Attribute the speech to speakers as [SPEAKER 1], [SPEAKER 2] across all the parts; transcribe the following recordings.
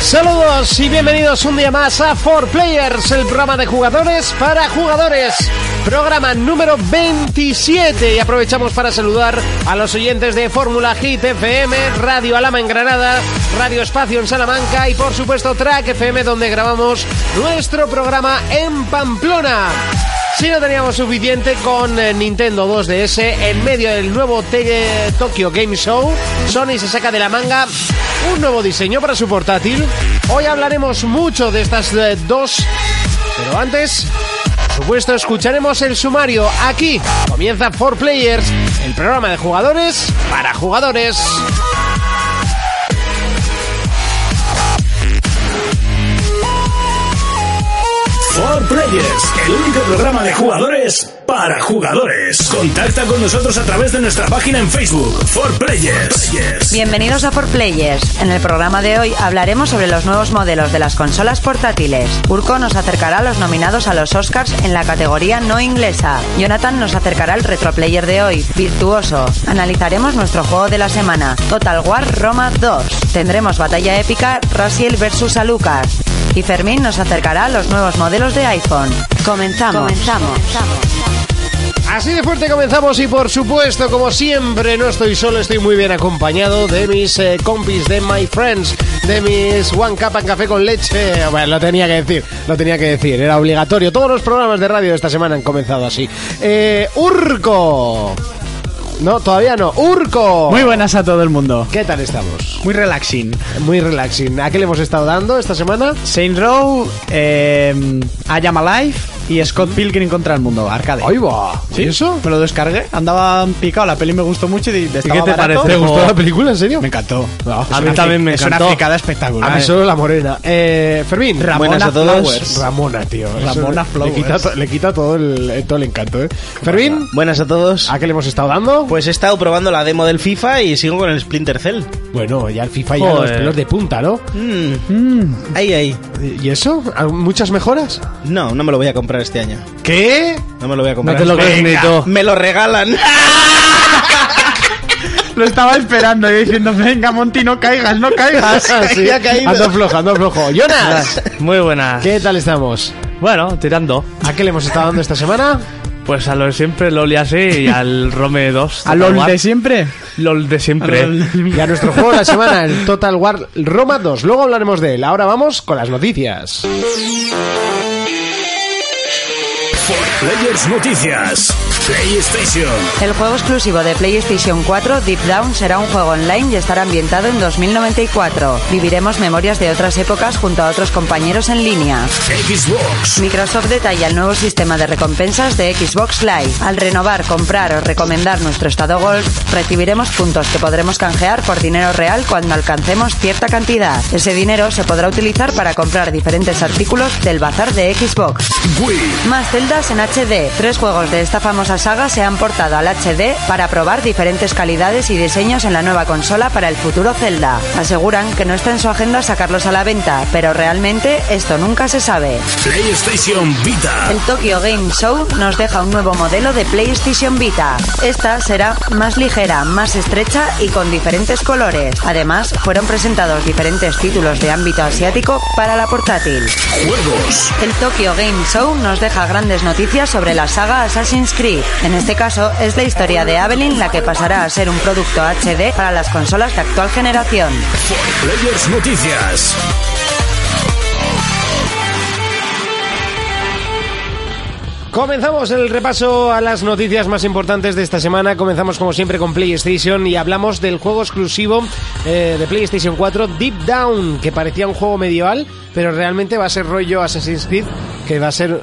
[SPEAKER 1] Saludos y bienvenidos un día más a 4Players, el programa de jugadores para jugadores. Programa número 27 y aprovechamos para saludar a los oyentes de Fórmula Hit FM, Radio Alama en Granada, Radio Espacio en Salamanca y por supuesto Track FM donde grabamos nuestro programa en Pamplona. Si no teníamos suficiente con eh, Nintendo 2DS en medio del nuevo Te- Tokyo Game Show, Sony se saca de la manga un nuevo diseño para su portátil. Hoy hablaremos mucho de estas eh, dos, pero antes, por supuesto, escucharemos el sumario. Aquí comienza 4Players, el programa de jugadores para jugadores.
[SPEAKER 2] For Players, el único programa de jugadores para jugadores. Contacta con nosotros a través de nuestra página en Facebook, For Players.
[SPEAKER 3] Pues Bienvenidos a 4Players. En el programa de hoy hablaremos sobre los nuevos modelos de las consolas portátiles. Urco nos acercará a los nominados a los Oscars en la categoría no inglesa. Jonathan nos acercará al retroplayer de hoy, Virtuoso. Analizaremos nuestro juego de la semana, Total War Roma 2. Tendremos batalla épica Raziel versus Alucard. Y Fermín nos acercará a los nuevos modelos de iPhone. Comenzamos. Comenzamos.
[SPEAKER 1] Así de fuerte comenzamos y por supuesto, como siempre, no estoy solo, estoy muy bien acompañado de mis eh, compis, de my friends, de mis One Cup and Café con leche. Bueno, lo tenía que decir, lo tenía que decir, era obligatorio. Todos los programas de radio de esta semana han comenzado así. Eh, Urco. No, todavía no. Urco.
[SPEAKER 4] Muy buenas a todo el mundo.
[SPEAKER 1] ¿Qué tal estamos?
[SPEAKER 4] Muy relaxing.
[SPEAKER 1] Muy relaxing. ¿A qué le hemos estado dando esta semana?
[SPEAKER 4] Saint Row, eh, I Am Alive y Scott Pilgrim contra el mundo, arcade.
[SPEAKER 1] Ahí va.
[SPEAKER 4] ¿Sí?
[SPEAKER 1] ¿Y eso?
[SPEAKER 4] Me lo descargué, andaba picado, la peli me gustó mucho y de- estaba
[SPEAKER 5] qué te
[SPEAKER 4] barato.
[SPEAKER 5] parece?
[SPEAKER 1] ¿Te gustó la película, en serio? Ah,
[SPEAKER 4] Me encantó.
[SPEAKER 5] a mí también me
[SPEAKER 4] Es una
[SPEAKER 5] encantó.
[SPEAKER 4] picada espectacular.
[SPEAKER 1] A mí solo la morena. Eh, Fermín.
[SPEAKER 4] Ramona
[SPEAKER 5] Buenas a todos.
[SPEAKER 4] Flowers.
[SPEAKER 1] Ramona, tío. Eso
[SPEAKER 4] Ramona
[SPEAKER 1] le-
[SPEAKER 4] Flowers.
[SPEAKER 1] Le quita, to- le quita todo, el, eh, todo el encanto, ¿eh? Fermín,
[SPEAKER 5] Buenas a todos.
[SPEAKER 1] ¿a qué le hemos estado dando?
[SPEAKER 5] Pues he estado probando la demo del FIFA y sigo con el Splinter Cell.
[SPEAKER 1] bueno, ya el FIFA ya
[SPEAKER 4] Pues-
[SPEAKER 5] Joder.
[SPEAKER 1] los pelos de punta, ¿no?
[SPEAKER 5] Ahí, ahí.
[SPEAKER 1] ¿Y eso? ¿Muchas mejoras?
[SPEAKER 5] No, no me lo voy a comprar este año.
[SPEAKER 1] ¿Qué?
[SPEAKER 5] No me lo voy a comprar.
[SPEAKER 1] No te lo crees
[SPEAKER 5] Venga,
[SPEAKER 1] ni tú.
[SPEAKER 5] Me lo regalan.
[SPEAKER 4] Lo estaba esperando y diciendo, venga Monty, no caigas, no caigas.
[SPEAKER 5] Ya ha caído.
[SPEAKER 1] Ando flojo, ando flojo. ¡Jonas!
[SPEAKER 6] Muy buenas.
[SPEAKER 1] ¿Qué tal estamos?
[SPEAKER 6] Bueno, tirando.
[SPEAKER 1] ¿A qué le hemos estado dando esta semana?
[SPEAKER 6] Pues a lo de siempre, LOL y así, y al Rome 2.
[SPEAKER 4] ¿A LOL de siempre?
[SPEAKER 6] LOL de siempre.
[SPEAKER 1] Y a nuestro juego de la semana, el Total War Roma 2. Luego hablaremos de él. Ahora vamos con las noticias.
[SPEAKER 2] Players Noticias, PlayStation,
[SPEAKER 3] El juego exclusivo de PlayStation 4, Deep Down, será un juego online y estará ambientado en 2094. Viviremos memorias de otras épocas junto a otros compañeros en línea.
[SPEAKER 2] Xbox,
[SPEAKER 3] Microsoft detalla el nuevo sistema de recompensas de Xbox Live. Al renovar, comprar o recomendar nuestro estado Gold, recibiremos puntos que podremos canjear por dinero real cuando alcancemos cierta cantidad. Ese dinero se podrá utilizar para comprar diferentes artículos del bazar de Xbox.
[SPEAKER 2] Wii,
[SPEAKER 3] Más celdas en HD. Tres juegos de esta famosa saga se han portado al HD para probar diferentes calidades y diseños en la nueva consola para el futuro Zelda. Aseguran que no está en su agenda sacarlos a la venta, pero realmente esto nunca se sabe.
[SPEAKER 2] PlayStation Vita,
[SPEAKER 3] El Tokyo Game Show nos deja un nuevo modelo de PlayStation Vita. Esta será más ligera, más estrecha y con diferentes colores. Además, fueron presentados diferentes títulos de ámbito asiático para la portátil.
[SPEAKER 2] juegos,
[SPEAKER 3] El Tokyo Game Show nos deja grandes noticias sobre la saga Assassin's Creed. En este caso, es la historia de Avelyn la que pasará a ser un producto HD para las consolas de actual generación.
[SPEAKER 2] Players Noticias,
[SPEAKER 1] Comenzamos el repaso a las noticias más importantes de esta semana. Comenzamos como siempre con PlayStation y hablamos del juego exclusivo eh, de PlayStation 4, Deep Down, que parecía un juego medieval, pero realmente va a ser rollo Assassin's Creed, que va a ser...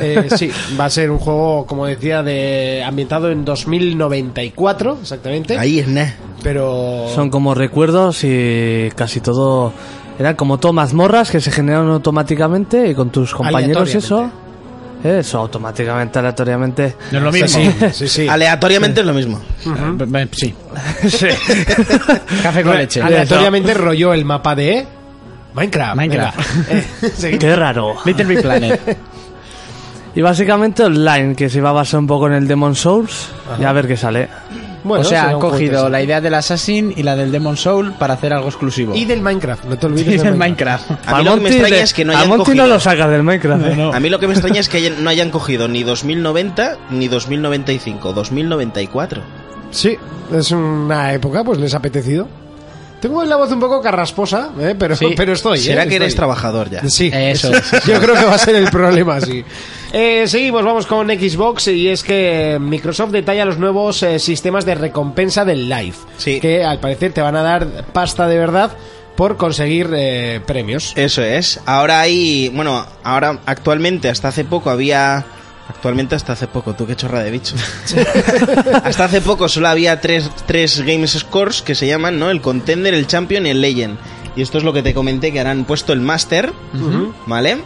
[SPEAKER 1] eh, sí, va a ser un juego, como decía, de ambientado en 2094, exactamente.
[SPEAKER 5] Ahí es nada.
[SPEAKER 1] Pero...
[SPEAKER 6] Son como recuerdos y casi todo. Eran como tomas morras que se generaron automáticamente y con tus compañeros y eso. Eh, Eso, automáticamente, aleatoriamente.
[SPEAKER 4] No es lo mismo.
[SPEAKER 1] Sí, sí, sí.
[SPEAKER 5] Aleatoriamente es lo mismo.
[SPEAKER 4] Eh, Sí.
[SPEAKER 6] Sí.
[SPEAKER 4] Café con leche.
[SPEAKER 1] Aleatoriamente rollo el mapa de... Minecraft.
[SPEAKER 4] Minecraft.
[SPEAKER 1] venga. Eh, seguimos.
[SPEAKER 6] Qué raro.
[SPEAKER 4] Little Big Planet.
[SPEAKER 6] Y básicamente online, que se va a basar un poco en el Demon Souls y a ver qué sale.
[SPEAKER 1] Bueno,
[SPEAKER 4] o sea,
[SPEAKER 1] será
[SPEAKER 4] han
[SPEAKER 1] un juego
[SPEAKER 4] cogido la
[SPEAKER 1] interesante.
[SPEAKER 4] idea del Assassin y la del Demon Soul para hacer algo exclusivo.
[SPEAKER 1] Y del Minecraft, no te olvides
[SPEAKER 4] Y
[SPEAKER 1] del
[SPEAKER 4] del
[SPEAKER 1] Minecraft.
[SPEAKER 4] Minecraft.
[SPEAKER 5] A mí lo que me
[SPEAKER 6] Monty
[SPEAKER 5] extraña
[SPEAKER 6] le-
[SPEAKER 5] es que no
[SPEAKER 6] a
[SPEAKER 5] hayan
[SPEAKER 6] Monty
[SPEAKER 5] cogido-
[SPEAKER 6] no lo sacas del Minecraft. ¿eh?
[SPEAKER 5] A mí lo que me extraña es que hayan- no hayan cogido ni 2090, ni 2095, 2094.
[SPEAKER 1] Sí, es una época, pues les ha apetecido. Tengo la voz un poco carrasposa, ¿eh? pero,
[SPEAKER 4] Sí.
[SPEAKER 1] pero estoy.
[SPEAKER 5] ¿Será
[SPEAKER 1] ¿eh?
[SPEAKER 5] que eres
[SPEAKER 1] Estoy.
[SPEAKER 5] trabajador ya?
[SPEAKER 1] Sí,
[SPEAKER 4] Eso
[SPEAKER 1] eso. Yo creo que va a ser el problema, sí. Eh, seguimos, vamos con Xbox y es que Microsoft detalla los nuevos eh, sistemas de recompensa del Live.
[SPEAKER 5] Sí.
[SPEAKER 1] Que al parecer te van a dar pasta de verdad por conseguir eh, premios.
[SPEAKER 5] Eso es. Ahora hay. Bueno, ahora actualmente, hasta hace poco había. Actualmente hasta hace poco, tú qué chorra de bicho. hasta hace poco solo había tres, tres Games Scores que se llaman, ¿no? El Contender, el Champion y el Legend. Y esto es lo que te comenté, que ahora han puesto el Master, ¿vale?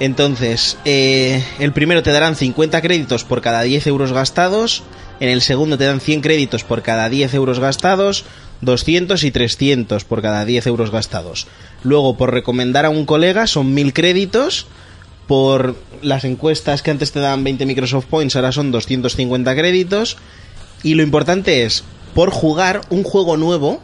[SPEAKER 5] Entonces, eh, el primero te darán 50 créditos por cada 10 euros gastados, en el segundo te dan 100 créditos por cada 10 euros gastados, 200 y 300 por cada 10 euros gastados. Luego, por recomendar a un colega, son 1000 créditos, por las encuestas que antes te daban 20 Microsoft Points, ahora son 250 créditos. Y lo importante es, por jugar un juego nuevo,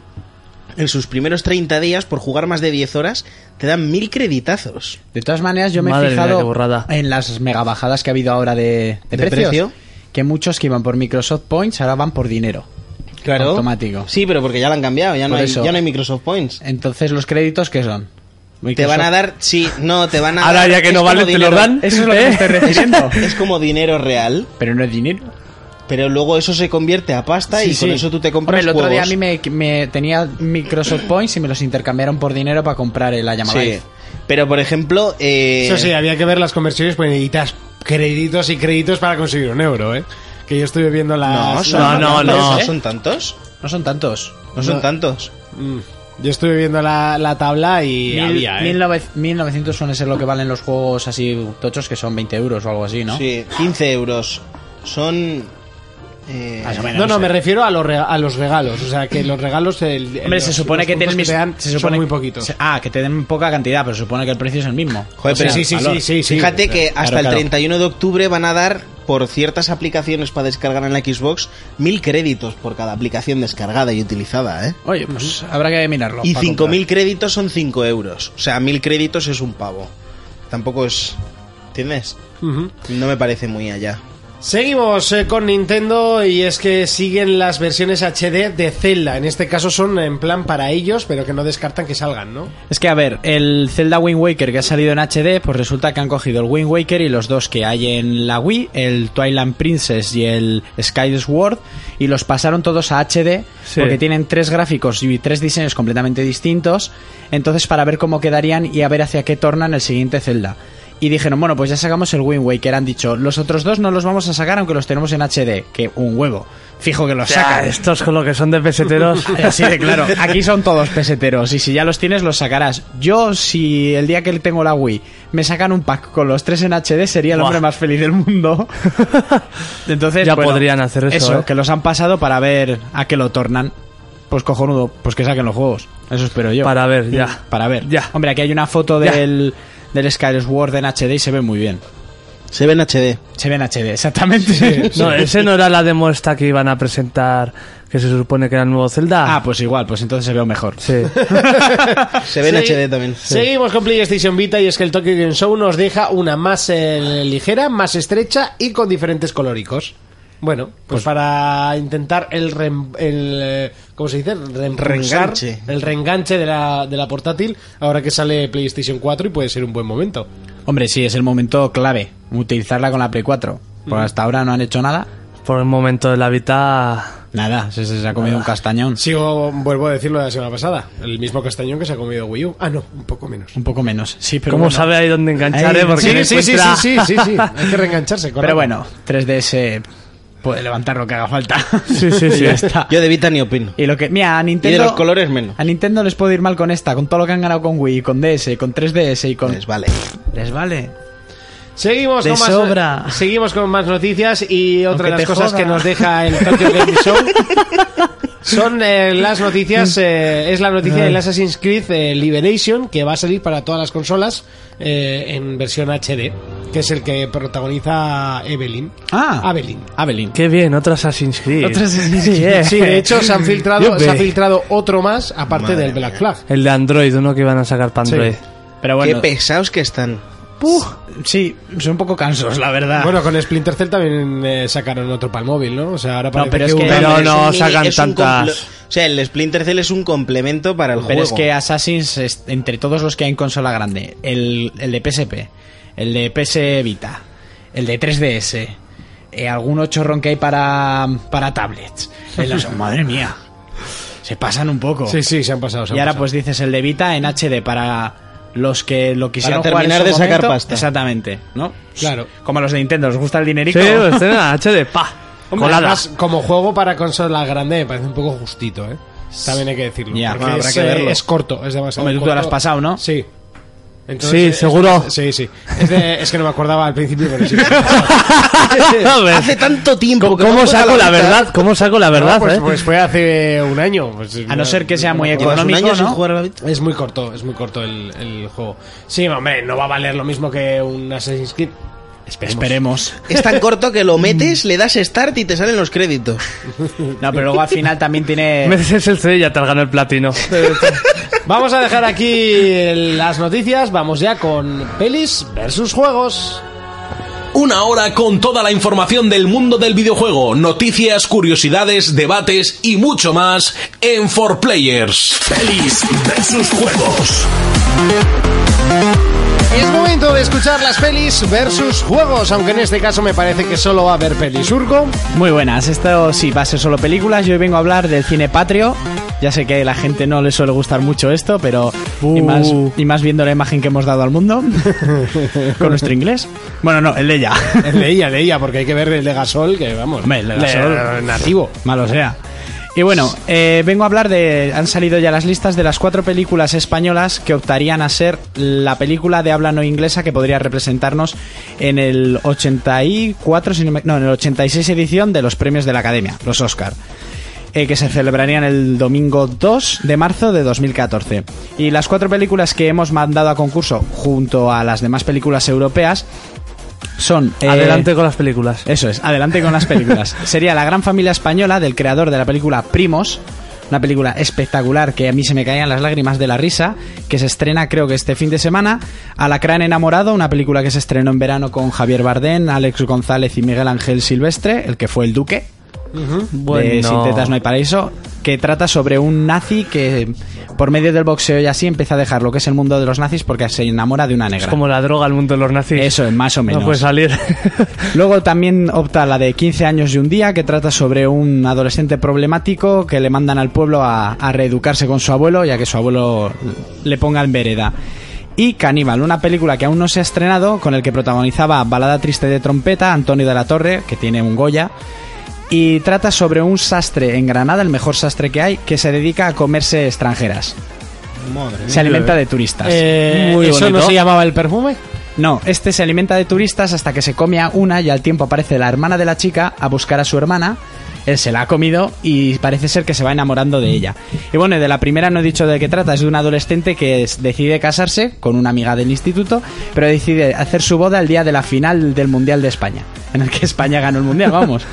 [SPEAKER 5] en sus primeros 30 días, por jugar más de 10 horas, te dan 1000 creditazos.
[SPEAKER 4] De todas maneras, yo me
[SPEAKER 6] Madre
[SPEAKER 4] he
[SPEAKER 6] mía, qué
[SPEAKER 4] fijado
[SPEAKER 6] burrada.
[SPEAKER 4] en las mega bajadas que ha habido ahora de, de
[SPEAKER 5] ¿De
[SPEAKER 4] precios.
[SPEAKER 5] precio?
[SPEAKER 4] Que muchos que iban por Microsoft Points ahora van por dinero. Automático.
[SPEAKER 5] Sí, pero porque ya lo han cambiado, ya no,
[SPEAKER 4] Por
[SPEAKER 5] hay,
[SPEAKER 4] eso.
[SPEAKER 5] ya no hay Microsoft Points.
[SPEAKER 4] Entonces, ¿los créditos qué son?
[SPEAKER 5] Te
[SPEAKER 4] Microsoft-
[SPEAKER 5] van a dar, sí, no, te van a
[SPEAKER 6] Ahora
[SPEAKER 5] dar.
[SPEAKER 6] ya que
[SPEAKER 5] es
[SPEAKER 6] no
[SPEAKER 5] como
[SPEAKER 6] vale, te lo
[SPEAKER 5] dinero-
[SPEAKER 6] dan.
[SPEAKER 4] Eso es lo que me estoy
[SPEAKER 6] ¿Eh?
[SPEAKER 4] refiriendo.
[SPEAKER 5] Es como dinero real,
[SPEAKER 4] Pero no es dinero.
[SPEAKER 5] pero luego eso se convierte a pasta y con eso tú te compras
[SPEAKER 4] Hombre, el otro día a
[SPEAKER 5] juegos.
[SPEAKER 4] mí me, me tenía Microsoft Points y me los intercambiaron por dinero para comprar el llamada.
[SPEAKER 5] Sí. Pero por ejemplo, eh,
[SPEAKER 1] Eso sí, había que ver las conversiones, pues necesitas créditos y créditos para conseguir un euro, ¿eh? Que yo estuve viendo las...
[SPEAKER 5] No, son-
[SPEAKER 1] las-
[SPEAKER 6] no,
[SPEAKER 1] las-
[SPEAKER 6] no.
[SPEAKER 1] ¿eh?
[SPEAKER 5] son tantos.
[SPEAKER 4] No son tantos.
[SPEAKER 5] No son tantos.
[SPEAKER 1] Mm. Yo estuve viendo la, la tabla y
[SPEAKER 4] Mil-
[SPEAKER 1] había, ¿eh?
[SPEAKER 4] mil nove- 1900 suelen ser lo que valen los juegos así tochos, que son 20 euros o algo así, ¿no?
[SPEAKER 5] Sí, 15 euros. Son. eh,
[SPEAKER 4] Más o menos,
[SPEAKER 1] Ah, No, no,
[SPEAKER 4] sé.
[SPEAKER 1] me refiero a los, re- a los regalos. O sea, que los regalos. El,
[SPEAKER 4] Hombre, se
[SPEAKER 1] los-
[SPEAKER 4] supone
[SPEAKER 1] los
[SPEAKER 4] que
[SPEAKER 1] puntos
[SPEAKER 4] tienes mis-
[SPEAKER 1] te dan
[SPEAKER 4] se
[SPEAKER 1] son
[SPEAKER 4] supone
[SPEAKER 1] muy poquitos.
[SPEAKER 4] se- ah, que te den poca cantidad, pero se supone que el precio es el mismo.
[SPEAKER 5] Joder,
[SPEAKER 4] O sea,
[SPEAKER 5] pero
[SPEAKER 1] sí, sí,
[SPEAKER 4] valor.
[SPEAKER 1] sí, sí, sí.
[SPEAKER 5] Fíjate que
[SPEAKER 4] claro,
[SPEAKER 5] hasta el
[SPEAKER 4] claro.
[SPEAKER 5] 31 de octubre van a dar por ciertas aplicaciones para descargar en la Xbox mil créditos por cada aplicación descargada y utilizada, ¿eh?
[SPEAKER 4] Oye, pues habrá que mirarlo.
[SPEAKER 5] Y
[SPEAKER 4] para
[SPEAKER 5] 5.000 créditos son 5 euros. O sea, 1.000 créditos es un pavo. Tampoco es... ¿Entiendes?
[SPEAKER 1] Ujú.
[SPEAKER 5] No me parece muy allá.
[SPEAKER 1] Seguimos eh, con Nintendo y es que siguen las versiones HD de Zelda. En este caso son en plan para ellos, pero que no descartan que salgan, ¿no?
[SPEAKER 4] comprar. Es que, a ver, el Zelda Wind Waker que ha salido en HD, pues resulta que han cogido el Wind Waker y los dos que hay en la Wii, el Twilight Princess y el Skyward, y los pasaron todos a HD
[SPEAKER 6] Sí.
[SPEAKER 4] porque tienen tres gráficos y tres diseños completamente distintos. Entonces, para ver cómo quedarían y a ver hacia qué tornan el siguiente Zelda. Y dijeron, bueno, pues ya sacamos el Wind Waker. Han dicho, los otros dos no los vamos a sacar aunque los tenemos en HD. Que un huevo. Fijo que los
[SPEAKER 6] Saca,
[SPEAKER 4] sacan.
[SPEAKER 6] estos con lo que son de peseteros.
[SPEAKER 4] Así de claro. Aquí son todos peseteros y si ya los tienes los sacarás. Yo si el día que tengo la Wii me sacan un pack con los tres en HD sería el
[SPEAKER 6] Buah.
[SPEAKER 4] hombre más feliz del mundo. Entonces
[SPEAKER 6] Ya podrían hacer eso, ¿eh?
[SPEAKER 4] que los han pasado para ver a qué lo tornan. Pues cojonudo, pues que saquen los juegos. Eso espero yo.
[SPEAKER 6] Para ver, ya.
[SPEAKER 4] Para ver.
[SPEAKER 6] Ya.
[SPEAKER 4] Hombre, aquí hay una foto
[SPEAKER 6] Ya.
[SPEAKER 4] del del Skyward en HD y se ve muy bien.
[SPEAKER 5] Se ve en HD.
[SPEAKER 4] Se ve en HD, exactamente.
[SPEAKER 6] No, ese no era la demo esta que iban a presentar, que se supone que era el nuevo Zelda.
[SPEAKER 4] Ah, pues igual, pues entonces se ve mejor.
[SPEAKER 6] sí.
[SPEAKER 5] Se ve
[SPEAKER 1] Sí.
[SPEAKER 5] en HD también.
[SPEAKER 1] Seguimos con PlayStation Vita y es que el Tokyo Game Show nos deja una más eh, ligera, más estrecha y con diferentes colóricos. Bueno, pues, para intentar el, rem- el, eh, ¿cómo se dice? Reimpulsar,
[SPEAKER 5] Reenganche.
[SPEAKER 1] El reenganche de la, de la portátil ahora que sale PlayStation 4 y puede ser un buen momento.
[SPEAKER 4] Hombre, sí, es el momento clave. Utilizarla con la Play 4. Por hasta ahora no han hecho nada.
[SPEAKER 6] Por el momento de la vida.
[SPEAKER 4] Nada, se, se ha comido un castañón.
[SPEAKER 1] Sigo, vuelvo a decirlo de la semana pasada. El mismo castañón que se ha comido Wii U. Ah, no, un poco menos.
[SPEAKER 4] Un poco menos. Sí, pero
[SPEAKER 6] ¿Cómo
[SPEAKER 4] bueno.
[SPEAKER 6] sabe ahí dónde enganchar,
[SPEAKER 4] Ahí-
[SPEAKER 6] eh? Porque
[SPEAKER 1] Sí,
[SPEAKER 6] no
[SPEAKER 1] sí, sí,
[SPEAKER 6] encuentra-
[SPEAKER 1] sí, sí, sí, sí. Hay que reengancharse, correcto.
[SPEAKER 4] Pero bueno, 3DS puede levantar lo que haga falta.
[SPEAKER 6] Sí, sí, sí.
[SPEAKER 4] ya está.
[SPEAKER 5] Yo de Vita ni opino.
[SPEAKER 4] Y lo que. Mira, a
[SPEAKER 5] Y
[SPEAKER 4] Nintendo.
[SPEAKER 5] de los colores menos.
[SPEAKER 4] A Nintendo les puede ir mal con esta, con todo lo que han ganado con Wii, con DS, con 3DS y con.
[SPEAKER 5] Pues vale.
[SPEAKER 4] Les vale.
[SPEAKER 1] Seguimos
[SPEAKER 4] De
[SPEAKER 1] con, más,
[SPEAKER 4] sobra.
[SPEAKER 1] seguimos con más noticias y otra
[SPEAKER 4] Aunque
[SPEAKER 1] de las
[SPEAKER 4] te
[SPEAKER 1] cosas
[SPEAKER 4] joda.
[SPEAKER 1] que nos deja el Tokyo Game Show Son eh, las noticias, eh, es la noticia del Assassin's Creed eh, Liberation que va a salir para todas las consolas eh, en versión HD, que es el que protagoniza Evelyn.
[SPEAKER 4] Ah.
[SPEAKER 1] Evelyn.
[SPEAKER 4] Abelín.
[SPEAKER 6] Qué bien, otro Assassin's Creed.
[SPEAKER 4] Otro Assassin's
[SPEAKER 6] Sí, eh.
[SPEAKER 1] Sí, de hecho se han filtrado, se ha
[SPEAKER 6] Yupi.
[SPEAKER 1] filtrado otro más aparte
[SPEAKER 5] Madre
[SPEAKER 1] del Black Flag.
[SPEAKER 6] El de Android, uno que iban a sacar para Android.
[SPEAKER 4] Pero
[SPEAKER 5] Qué
[SPEAKER 4] bueno,
[SPEAKER 5] pesados que están.
[SPEAKER 4] sí, son un poco cansos, la verdad.
[SPEAKER 1] Bueno, con Splinter Cell también eh, sacaron otro para el móvil, ¿no? O sea, ahora parece
[SPEAKER 4] pero
[SPEAKER 1] que
[SPEAKER 4] es que-
[SPEAKER 1] un-
[SPEAKER 6] Pero
[SPEAKER 5] Hombre, es
[SPEAKER 6] no
[SPEAKER 5] un mini-
[SPEAKER 6] sacan
[SPEAKER 5] es un
[SPEAKER 6] tantas.
[SPEAKER 5] complo- O sea, el Splinter Cell es un complemento para el
[SPEAKER 4] Pero
[SPEAKER 5] juego.
[SPEAKER 4] es que Assassin's, es- entre todos los que hay en consola grande, el, el de PSP, el de PS Vita, el de 3DS, eh, algún ochorrón que hay para, para tablets. eh, los- madre mía. Se pasan un poco.
[SPEAKER 1] Sí, sí, se han pasado. se han
[SPEAKER 4] y ahora
[SPEAKER 1] pasado.
[SPEAKER 4] pues dices el de Vita en HD para los que lo quisieron
[SPEAKER 5] Para terminar
[SPEAKER 4] jugar en su
[SPEAKER 5] de sacar
[SPEAKER 4] momento.
[SPEAKER 5] pasta.
[SPEAKER 4] Exactamente, ¿no?
[SPEAKER 1] Claro.
[SPEAKER 4] Como a los de Nintendo, ¿os gusta el
[SPEAKER 6] Sí,
[SPEAKER 4] dinerito?
[SPEAKER 6] pues escena HD, pa.
[SPEAKER 1] Hombre,
[SPEAKER 6] colada.
[SPEAKER 1] además, como juego para consola grande me parece un poco justito, ¿eh? También hay que decirlo.
[SPEAKER 4] Ya,
[SPEAKER 1] porque
[SPEAKER 4] bueno, habrá
[SPEAKER 1] es,
[SPEAKER 4] que
[SPEAKER 1] eh,
[SPEAKER 4] verlo.
[SPEAKER 1] es corto, es demasiado
[SPEAKER 4] Hombre, tú te lo
[SPEAKER 1] corto.
[SPEAKER 4] has pasado, ¿no?
[SPEAKER 1] Sí.
[SPEAKER 6] Sí,
[SPEAKER 1] es-
[SPEAKER 6] seguro.
[SPEAKER 1] es- sí, sí. Es, de- es que no me acordaba al principio, pero sí.
[SPEAKER 6] A ver,
[SPEAKER 5] Hace tanto tiempo
[SPEAKER 6] ¿Cómo,
[SPEAKER 5] que no
[SPEAKER 6] cómo
[SPEAKER 5] juega
[SPEAKER 6] saco la
[SPEAKER 5] Vita.
[SPEAKER 6] verdad? ¿Cómo saco la verdad?
[SPEAKER 1] No, pues,
[SPEAKER 6] eh?
[SPEAKER 1] pues fue hace un año. pues,
[SPEAKER 4] A no ser que sea muy
[SPEAKER 5] Llevas un
[SPEAKER 4] económico,
[SPEAKER 5] año sin
[SPEAKER 4] ¿no?
[SPEAKER 5] jugar a la Vita.
[SPEAKER 1] Es muy corto, es muy corto el, el juego. Sí, hombre, no va a valer lo mismo que un Assassin's Creed.
[SPEAKER 4] Esperemos.
[SPEAKER 5] Es tan corto que lo metes, le das start y te salen los créditos.
[SPEAKER 4] No, pero luego al final también tiene...
[SPEAKER 6] Mereces el C y ya te has ganado el platino.
[SPEAKER 1] Vamos a dejar aquí las noticias. Vamos ya con pelis versus juegos.
[SPEAKER 2] Una hora con toda la información del mundo del videojuego, noticias, curiosidades, debates y mucho más en 4Players.
[SPEAKER 7] Pelis versus juegos.
[SPEAKER 1] Es momento de escuchar las pelis versus juegos, aunque en este caso me parece que solo va a haber pelisurco.
[SPEAKER 4] Muy buenas, esto sí va a ser solo películas. Yo hoy vengo a hablar del cine patrio. Ya sé que a la gente no le suele gustar mucho esto, pero. Y, más, y más viendo la imagen que hemos dado al mundo. con nuestro inglés. Bueno, no, el de ella.
[SPEAKER 1] Leía, leía, porque hay que ver el de Gasol, que vamos,
[SPEAKER 4] Hombre, el de Gasol.
[SPEAKER 1] le- nativo.
[SPEAKER 4] Malo sea. Y bueno, eh, vengo a hablar de. Han salido ya las listas de las cuatro películas españolas que optarían a ser la película de habla no inglesa que podría representarnos en el 84, si no me- no, en el 86 edición de los premios de la Academia, los Oscar. eh, que se celebrarían el domingo 2 de marzo de 2014. Y las cuatro películas que hemos mandado a concurso junto a las demás películas europeas son... eh,
[SPEAKER 6] Adelante con las películas.
[SPEAKER 4] eso es, adelante con las películas. Sería La Gran Familia Española del creador de la película Primos, una película espectacular que a mí se me caían las lágrimas de la risa, que se estrena creo que este fin de semana. Alacrán Enamorado, una película que se estrenó en verano con Javier Bardén, Alex González y Miguel Ángel Silvestre, el que fue el Duque de Sin tetas no hay paraíso, que trata sobre un nazi que por medio del boxeo y así empieza a dejar lo que es el mundo de los nazis porque se enamora de una negra.
[SPEAKER 6] Es como la droga al mundo de los nazis.
[SPEAKER 4] Eso es, más o menos.
[SPEAKER 6] No pues puede salir.
[SPEAKER 4] Luego también opta la de 15 años y un día, que trata sobre un adolescente problemático que le mandan al pueblo a, a reeducarse con su abuelo, ya que su abuelo le ponga en vereda. Y Caníbal, una película que aún no se ha estrenado, con el que protagonizaba Balada Triste de Trompeta, Antonio de la Torre, que tiene un Goya, y trata sobre un sastre en Granada, el mejor sastre que hay, que se dedica a comerse extranjeras. se alimenta de turistas.
[SPEAKER 1] Muy eh, ¿Eso no se llamaba el perfume?
[SPEAKER 4] No, este se alimenta de turistas hasta que se come a una y al tiempo aparece la hermana de la chica a buscar a su hermana. Él se la ha comido y parece ser que se va enamorando de ella. Y bueno, de la primera no he dicho de qué trata, es de un adolescente que es- decide casarse con una amiga del instituto, pero decide hacer su boda el día de la final del Mundial de España, en el que España ganó el Mundial, vamos.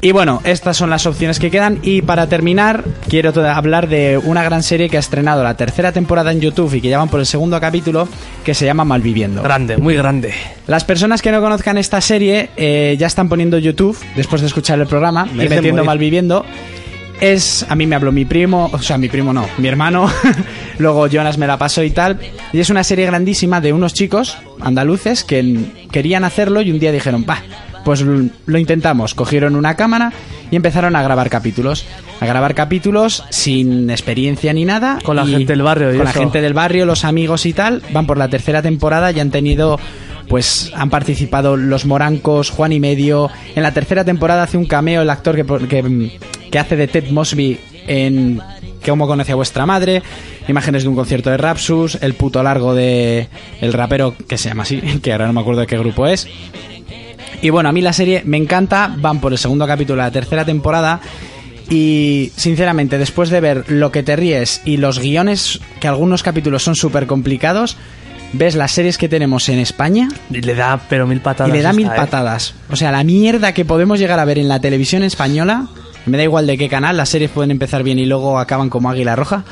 [SPEAKER 4] Y bueno, estas son las opciones que quedan. Y para terminar, quiero to- hablar de una gran serie que ha estrenado la tercera temporada en YouTube y que ya van por el segundo capítulo, que se llama Malviviendo.
[SPEAKER 6] grande, muy grande.
[SPEAKER 4] Las personas que no conozcan esta serie eh, ya están poniendo YouTube después de escuchar el programa y
[SPEAKER 5] Merecen
[SPEAKER 4] metiendo
[SPEAKER 5] morir.
[SPEAKER 4] malviviendo. Es, a mí me habló mi primo, o sea, mi primo no, mi hermano, luego Jonas me la pasó y tal. Y es una serie grandísima de unos chicos andaluces que mm, querían hacerlo y un día dijeron, va, pues l- lo intentamos. Cogieron una cámara y empezaron a grabar capítulos. A grabar capítulos sin experiencia ni nada.
[SPEAKER 6] Con la
[SPEAKER 4] y-
[SPEAKER 6] gente del barrio y
[SPEAKER 4] Con la
[SPEAKER 6] eso.
[SPEAKER 4] gente del barrio, los amigos y tal, van por la tercera temporada y han tenido, pues han participado los morancos, Juan y medio. En la tercera temporada hace un cameo el actor que, por- que, que hace de Ted Mosby en ¿Cómo conoce a vuestra madre? Imágenes de un concierto de Rapsus, el puto largo de el rapero que se llama así, que ahora no me acuerdo de qué grupo es. Y bueno, a mí la serie me encanta, van por el segundo capítulo de la tercera temporada Y sinceramente, después de ver lo que te ríes y los guiones, que algunos capítulos son súper complicados, ves las series que tenemos en España
[SPEAKER 6] Y le da, pero mil patadas.
[SPEAKER 4] y le da
[SPEAKER 6] esta,
[SPEAKER 4] mil
[SPEAKER 6] ¿eh?
[SPEAKER 4] patadas. O sea, la mierda que podemos llegar a ver en la televisión española. Me da igual de qué canal, las series pueden empezar bien y luego acaban como Águila Roja.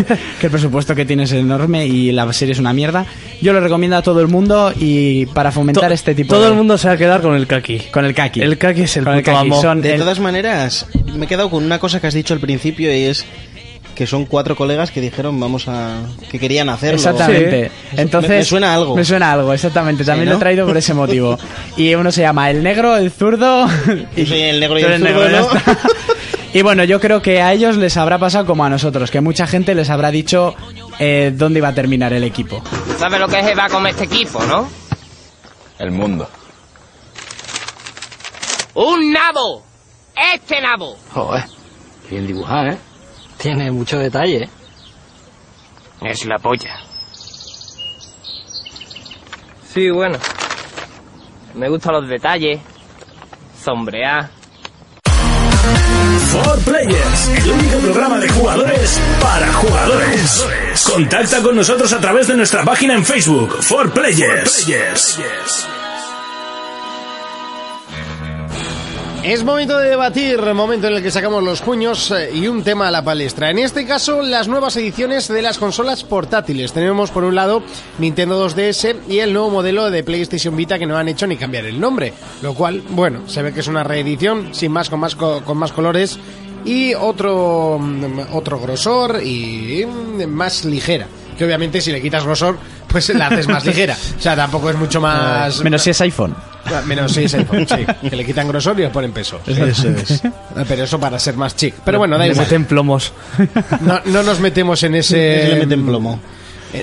[SPEAKER 4] que el presupuesto que tienes es enorme y la serie es una mierda. Yo lo recomiendo a todo el mundo y para
[SPEAKER 6] To-
[SPEAKER 4] fomentar este tipo
[SPEAKER 6] Todo
[SPEAKER 4] de-
[SPEAKER 6] el mundo se va a quedar con el kaki.
[SPEAKER 4] Con el kaki.
[SPEAKER 6] El kaki es el
[SPEAKER 4] Con el
[SPEAKER 6] puto
[SPEAKER 4] kaki.
[SPEAKER 6] amo.
[SPEAKER 4] Son
[SPEAKER 5] De
[SPEAKER 4] el-
[SPEAKER 5] todas maneras, me he quedado con una cosa que has dicho al principio y es que son cuatro colegas que dijeron vamos a que querían hacerlo.
[SPEAKER 4] Exactamente.
[SPEAKER 5] Sí.
[SPEAKER 4] Entonces,
[SPEAKER 5] me, me suena a algo.
[SPEAKER 4] Me suena a algo, exactamente. También
[SPEAKER 5] ¿no?
[SPEAKER 4] lo he traído por ese motivo. Y uno se llama el negro, el zurdo.
[SPEAKER 5] Yo soy el negro y
[SPEAKER 4] tú
[SPEAKER 5] el
[SPEAKER 4] eres
[SPEAKER 5] zurdo,
[SPEAKER 4] ya
[SPEAKER 5] ¿no?
[SPEAKER 4] está. Y bueno, yo creo que a ellos les habrá pasado como a nosotros, que mucha gente les habrá dicho eh, dónde iba a terminar el equipo.
[SPEAKER 8] ¿Sabes lo que se va a comer este equipo, no?
[SPEAKER 9] El mundo.
[SPEAKER 8] ¡Un nabo! ¡Este nabo!
[SPEAKER 10] Joder, qué bien dibujada, ¿eh? Tiene mucho
[SPEAKER 8] ¿eh?
[SPEAKER 10] detalle.
[SPEAKER 8] Es la polla. Sí, bueno. Me gustan los detalles. Sombrear.
[SPEAKER 2] For Players, el único programa de jugadores para jugadores. Contacta con nosotros a través de nuestra página en Facebook, For Players.
[SPEAKER 1] Es momento de debatir, momento en el que sacamos los puños eh, y un tema a la palestra. En este caso, las nuevas ediciones de las consolas portátiles. Tenemos por un lado Nintendo 2DS y el nuevo modelo de PlayStation Vita que no han hecho ni cambiar el nombre. Lo cual, bueno, se ve que es una reedición, sin más, con más, co- con más colores y otro, mm, otro grosor y mm, más ligera. Que obviamente si le quitas grosor, pues la haces más ligera. O sea, tampoco es mucho más...
[SPEAKER 4] Menos si es iPhone.
[SPEAKER 1] Ah, Menos 6 iPhone, sí. Que le quitan grosor y le ponen peso. Ah, Pero eso para ser más chic. Pero bueno, da
[SPEAKER 6] Le
[SPEAKER 1] igual.
[SPEAKER 6] meten plomos.
[SPEAKER 1] No, no nos metemos en ese. mm,
[SPEAKER 5] Le meten plomo.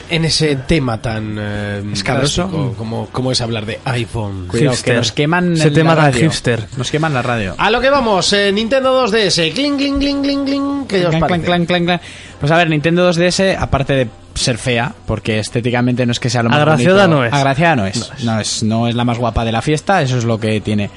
[SPEAKER 1] En ese tema tan. eh,
[SPEAKER 4] Escabroso.
[SPEAKER 1] drástico como, como es hablar de iPhone.
[SPEAKER 4] Cuidado, que
[SPEAKER 6] Hipster.
[SPEAKER 4] nos queman
[SPEAKER 6] Ese
[SPEAKER 4] el-
[SPEAKER 6] tema
[SPEAKER 4] la
[SPEAKER 6] tan
[SPEAKER 4] radio.
[SPEAKER 6] hipster.
[SPEAKER 4] Nos queman la radio.
[SPEAKER 1] A lo que vamos, eh, Nintendo 2DS. Cling, cling, cling, cling, cling. Que os
[SPEAKER 4] Clan,
[SPEAKER 1] parece?
[SPEAKER 4] clan, clan, clan. Pues a ver, Nintendo 2DS, aparte de ser fea, porque estéticamente no es que sea lo más
[SPEAKER 6] Agraciada
[SPEAKER 4] bonito-
[SPEAKER 6] no es.
[SPEAKER 4] Agraciada no es. No es, no es la más guapa de la fiesta, eso es lo que tiene.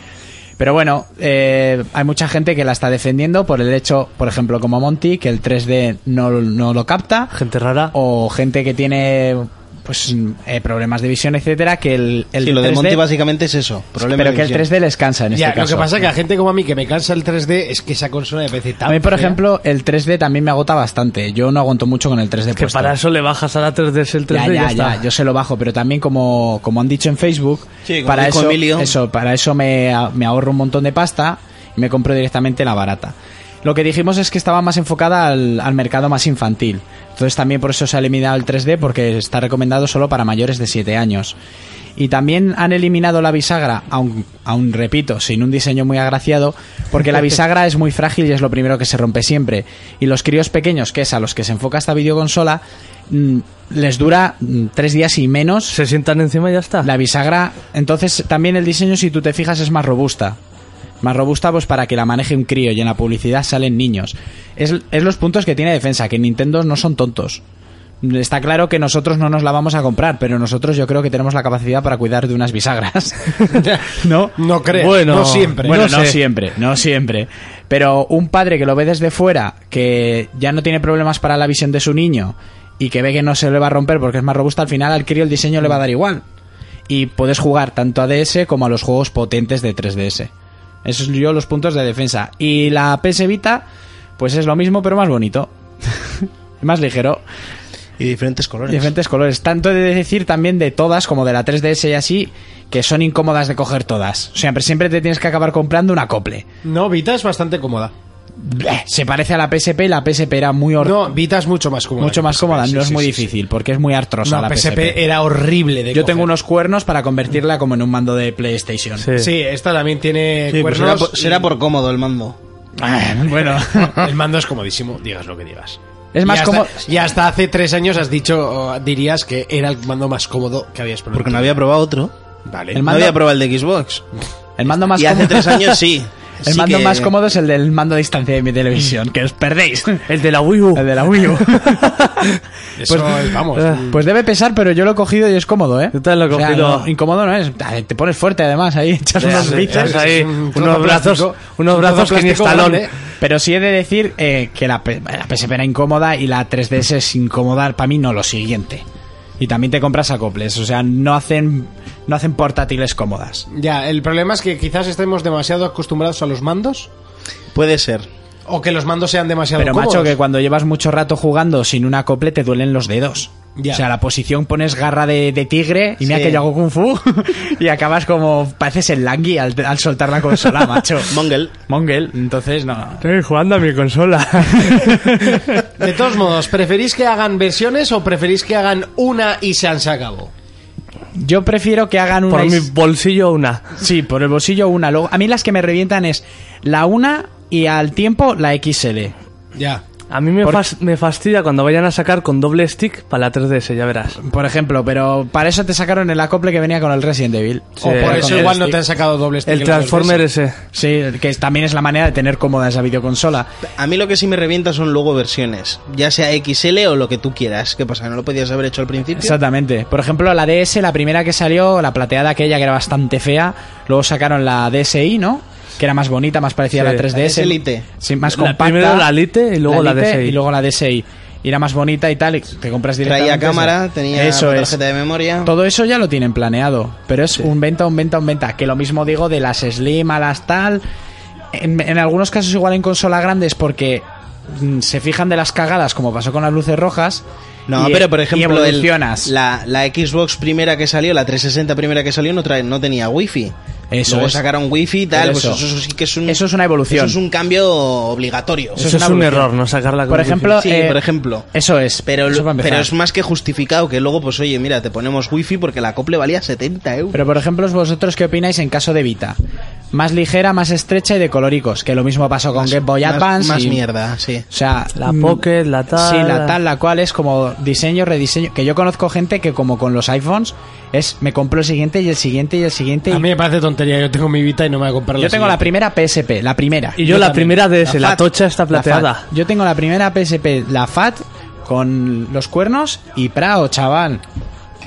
[SPEAKER 4] Pero bueno, eh, hay mucha gente que la está defendiendo por el hecho, por ejemplo, como Monty, que el 3D no, no lo capta.
[SPEAKER 6] Gente rara.
[SPEAKER 4] O gente que tiene pues eh, problemas de visión, etcétera, que el, el
[SPEAKER 5] Sí, lo de
[SPEAKER 4] 3D
[SPEAKER 5] Monty básicamente es eso. Problema
[SPEAKER 4] pero
[SPEAKER 5] de
[SPEAKER 4] que el
[SPEAKER 5] visión.
[SPEAKER 4] 3D les cansa en este
[SPEAKER 1] Ya, lo
[SPEAKER 4] caso.
[SPEAKER 1] que pasa es que a gente como a mí que me cansa el 3D es que esa consola me parece tan.
[SPEAKER 4] a mí, por
[SPEAKER 1] fea.
[SPEAKER 4] ejemplo, el 3D también me agota bastante. Yo no aguanto mucho con el 3D
[SPEAKER 6] Que
[SPEAKER 4] puesto.
[SPEAKER 6] para eso le bajas a la 3DS el 3D
[SPEAKER 4] pues Ya,
[SPEAKER 6] y ya
[SPEAKER 4] ya,
[SPEAKER 6] está.
[SPEAKER 4] ya, yo se lo bajo, pero también como, como han dicho en Facebook,
[SPEAKER 5] Sí, como
[SPEAKER 4] para,
[SPEAKER 5] dijo
[SPEAKER 4] eso,
[SPEAKER 5] Emilio.
[SPEAKER 4] eso, para eso me, a- me ahorro un montón de pasta y me compro directamente la barata. Lo que dijimos es que estaba más enfocada al, al mercado más infantil. Entonces también por eso se ha eliminado el 3D porque está recomendado solo para mayores de 7 años. Y también han eliminado la bisagra, aun, aun repito, sin un diseño muy agraciado, porque la bisagra es muy frágil y es lo primero que se rompe siempre. Y los críos pequeños, que es a los que se enfoca esta videoconsola, mm, les dura mm, tres días y menos
[SPEAKER 6] Se sientan encima y ya está.
[SPEAKER 4] la bisagra. Entonces también el diseño, si tú te fijas, es más robusta. Más robusta pues para que la maneje un crío y en la publicidad salen niños. Es, es los puntos que tiene defensa, que Nintendo no son tontos. Está claro que nosotros no nos la vamos a comprar, pero nosotros yo creo que tenemos la capacidad para cuidar de unas bisagras. ¿No?
[SPEAKER 1] No creo.
[SPEAKER 6] Bueno,
[SPEAKER 1] no siempre.
[SPEAKER 4] Bueno,
[SPEAKER 6] No
[SPEAKER 4] no,
[SPEAKER 6] sé.
[SPEAKER 4] siempre, no siempre. Pero un padre que lo ve desde fuera, que ya no tiene problemas para la visión de su niño y que ve que no se le va a romper porque es más robusta, al final al crío el diseño le va a dar igual. Y puedes jugar tanto a DS como a los juegos potentes de 3DS. Esos son yo los puntos de defensa. Y la PS Vita, pues es lo mismo, pero más bonito. más ligero.
[SPEAKER 5] Y diferentes colores.
[SPEAKER 4] Diferentes colores. Tanto he de decir también de todas, como de la 3DS y así, que son incómodas de coger todas. O sea, pero siempre te tienes que acabar comprando un acople.
[SPEAKER 1] No, Vita es bastante cómoda.
[SPEAKER 4] Bleh, Se parece a la PSP y la PSP era muy hor-
[SPEAKER 1] No, Vita es mucho más cómoda.
[SPEAKER 4] mucho
[SPEAKER 1] que
[SPEAKER 4] más
[SPEAKER 1] PSP,
[SPEAKER 4] cómoda.
[SPEAKER 1] sí,
[SPEAKER 4] no es
[SPEAKER 1] sí,
[SPEAKER 4] muy
[SPEAKER 1] sí, sí.
[SPEAKER 4] difícil, porque es muy artrosa
[SPEAKER 1] No,
[SPEAKER 4] la PSP.
[SPEAKER 1] PSP era horrible de
[SPEAKER 4] Yo tengo
[SPEAKER 1] coger.
[SPEAKER 4] unos cuernos para convertirla como en un mando de PlayStation.
[SPEAKER 6] Sí.
[SPEAKER 1] Sí, esta también tiene
[SPEAKER 5] Sí, pues
[SPEAKER 1] cuernos.
[SPEAKER 5] será, por,
[SPEAKER 1] y-
[SPEAKER 5] será por cómodo el mando.
[SPEAKER 4] Ah, Bueno,
[SPEAKER 1] El mando es comodísimo, digas lo que digas.
[SPEAKER 4] es
[SPEAKER 1] y
[SPEAKER 4] más
[SPEAKER 1] hasta,
[SPEAKER 4] como...
[SPEAKER 1] Y hasta hace tres años has dicho, o dirías que era el mando más cómodo que habías probado.
[SPEAKER 5] Porque no había probado otro.
[SPEAKER 1] Vale.
[SPEAKER 4] El
[SPEAKER 5] no
[SPEAKER 4] mando-
[SPEAKER 5] había probado el de Xbox.
[SPEAKER 4] El mando más
[SPEAKER 5] y hace
[SPEAKER 4] cómodo-
[SPEAKER 5] tres años sí.
[SPEAKER 4] El
[SPEAKER 5] Sí
[SPEAKER 4] mando
[SPEAKER 5] que-
[SPEAKER 4] más cómodo es el del mando a distancia de mi televisión, que os perdéis.
[SPEAKER 6] El de la Wii U.
[SPEAKER 4] El de la Wii U.
[SPEAKER 1] Eso es, vamos.
[SPEAKER 4] Pues debe pesar, pero yo lo he cogido y es cómodo, ¿eh?
[SPEAKER 6] Yo también Mm. lo he
[SPEAKER 4] O sea,
[SPEAKER 6] cogido.
[SPEAKER 4] no, incómodo no es. Ah, Te pones fuerte además ahí, echas unos
[SPEAKER 6] Sí,
[SPEAKER 4] brazos.
[SPEAKER 6] es ahí,
[SPEAKER 1] un trozo
[SPEAKER 6] unos brazos,
[SPEAKER 1] plástico,
[SPEAKER 6] unos
[SPEAKER 1] un
[SPEAKER 6] brazos
[SPEAKER 1] trozo
[SPEAKER 6] que ni
[SPEAKER 1] plástico
[SPEAKER 6] estalón.
[SPEAKER 1] grande.
[SPEAKER 4] Pero sí he de decir eh, que la, P- la PSP era incómoda y la 3DS es incomodar para mí no lo siguiente. Y también te compras acoples, o sea, no hacen no hacen portátiles cómodas.
[SPEAKER 1] Ya, el problema es que quizás estemos demasiado acostumbrados a los mandos.
[SPEAKER 5] Puede ser.
[SPEAKER 1] O que los mandos sean demasiado
[SPEAKER 4] Pero
[SPEAKER 1] cómodos.
[SPEAKER 4] macho, que cuando llevas mucho rato jugando sin un acople te duelen los dedos.
[SPEAKER 1] Ya.
[SPEAKER 4] O sea, la posición pones garra de, de tigre y mira
[SPEAKER 5] Sí.
[SPEAKER 4] que yo hago kung fu y acabas como pareces el langui al, al soltar la consola, macho.
[SPEAKER 5] Mongel.
[SPEAKER 4] Mongel, entonces no.
[SPEAKER 6] Estoy jugando a mi consola.
[SPEAKER 1] De todos modos, ¿preferís que hagan versiones o preferís que hagan una y se han sacado?
[SPEAKER 4] Yo prefiero que hagan una
[SPEAKER 6] Por
[SPEAKER 4] y-
[SPEAKER 6] mi bolsillo una.
[SPEAKER 4] Sí, por el bolsillo una. Luego, a mí las que me revientan es la una y al tiempo la XL.
[SPEAKER 1] Ya.
[SPEAKER 6] A mí me,
[SPEAKER 4] Por-
[SPEAKER 6] fas- me fastidia cuando vayan a sacar con doble stick para la 3DS, ya verás.
[SPEAKER 4] Por ejemplo, pero para eso te sacaron el acople que venía con el Resident Evil.
[SPEAKER 1] o
[SPEAKER 6] Sí.
[SPEAKER 1] por
[SPEAKER 6] Eh,
[SPEAKER 1] eso
[SPEAKER 4] con
[SPEAKER 1] igual
[SPEAKER 4] el
[SPEAKER 1] no
[SPEAKER 4] stick.
[SPEAKER 1] te han sacado doble stick
[SPEAKER 6] El
[SPEAKER 1] en la
[SPEAKER 6] Transformer
[SPEAKER 1] 3DS.
[SPEAKER 6] ese.
[SPEAKER 4] Sí, que es- también es la manera de tener cómoda esa videoconsola.
[SPEAKER 5] A mí lo que sí me revienta son luego versiones, ya sea XL o lo que tú quieras. ¿Qué pasa? ¿No lo podías haber hecho al principio?
[SPEAKER 4] Exactamente. Por ejemplo, la DS, la primera que salió, la plateada aquella que era bastante fea, luego sacaron la DSi, ¿no? Que era más bonita, más parecida a
[SPEAKER 6] Sí,
[SPEAKER 4] la
[SPEAKER 6] la
[SPEAKER 4] 3DS.
[SPEAKER 5] Elite.
[SPEAKER 4] Sí, más
[SPEAKER 6] La
[SPEAKER 4] compacta.
[SPEAKER 6] primero la Elite y luego la
[SPEAKER 4] Elite
[SPEAKER 6] DSi.
[SPEAKER 4] Y luego la DSi. Y era más bonita y tal, y te compras directamente.
[SPEAKER 5] Traía
[SPEAKER 4] esa.
[SPEAKER 5] cámara, tenía
[SPEAKER 4] Eso es.
[SPEAKER 5] tarjeta de memoria.
[SPEAKER 4] Todo eso ya lo tienen planeado, pero es un venta, un venta, un venta. Que lo mismo digo de las Slim a las tal. En, en algunos casos igual en consola grandes porque mm, se fijan de las cagadas, como pasó con las luces rojas.
[SPEAKER 5] No,
[SPEAKER 4] y- e-
[SPEAKER 5] pero por
[SPEAKER 4] y
[SPEAKER 5] ejemplo, el-
[SPEAKER 4] evolucionas.
[SPEAKER 5] la, la Xbox primera que salió, la 360 primera que salió, no, trae, no tenía wifi.
[SPEAKER 4] Eso
[SPEAKER 5] Luego
[SPEAKER 4] es.
[SPEAKER 5] sacaron wifi y tal,
[SPEAKER 4] Pero
[SPEAKER 5] pues
[SPEAKER 4] eso.
[SPEAKER 5] eso sí que es un-
[SPEAKER 4] Eso es una evolución.
[SPEAKER 5] Eso es un cambio obligatorio.
[SPEAKER 6] Eso, es un error, no sacarla con
[SPEAKER 4] Por
[SPEAKER 6] doble
[SPEAKER 4] ejemplo,
[SPEAKER 5] Sí,
[SPEAKER 4] eh,
[SPEAKER 5] por ejemplo.
[SPEAKER 4] Eso es.
[SPEAKER 5] Pero,
[SPEAKER 4] eso para empezar.
[SPEAKER 5] pero es más que justificado que luego, pues oye, mira, te ponemos wifi porque la acople valía 70 euros.
[SPEAKER 4] Pero por ejemplo, ¿vosotros qué opináis en caso de Vita? Más ligera, más estrecha y de coloricos, que lo mismo pasó con
[SPEAKER 5] Más-
[SPEAKER 4] Game Boy
[SPEAKER 5] más-
[SPEAKER 4] Advance.
[SPEAKER 5] Más
[SPEAKER 4] y-
[SPEAKER 5] mierda, sí.
[SPEAKER 4] O sea,
[SPEAKER 6] La
[SPEAKER 4] mm,
[SPEAKER 6] Pocket, la tal.
[SPEAKER 4] Sí, la tal, la cual es como diseño, rediseño. Que yo conozco gente que como con los iPhones es me compro el siguiente y el siguiente y el siguiente.
[SPEAKER 1] A mí
[SPEAKER 4] Y
[SPEAKER 1] me parece tontería, yo tengo mi Vita y no me voy a comprar
[SPEAKER 4] yo tengo la primera PSP, la primera.
[SPEAKER 6] Y yo la
[SPEAKER 4] también.
[SPEAKER 6] primera DS, la
[SPEAKER 4] Fat.
[SPEAKER 6] tocha está plateada.
[SPEAKER 4] Fat. Yo tengo la primera PSP, la FAT, con los cuernos y Prao, chaval.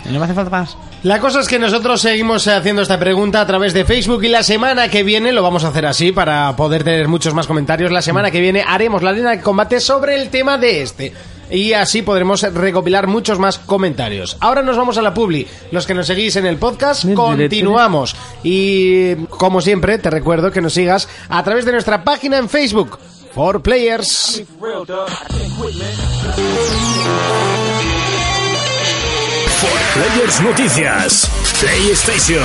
[SPEAKER 4] No me hace falta más.
[SPEAKER 1] La cosa es que nosotros seguimos haciendo esta pregunta a través de Facebook y la semana que viene lo vamos a hacer así para poder tener muchos más comentarios. La semana que viene haremos la arena de combate sobre el tema de este. Y así podremos recopilar muchos más comentarios. Ahora nos vamos a la publi. Los que nos seguís en el podcast, continuamos. Y como siempre, te recuerdo que nos sigas a través de nuestra página en Facebook, For Players.
[SPEAKER 2] Players Noticias. PlayStation.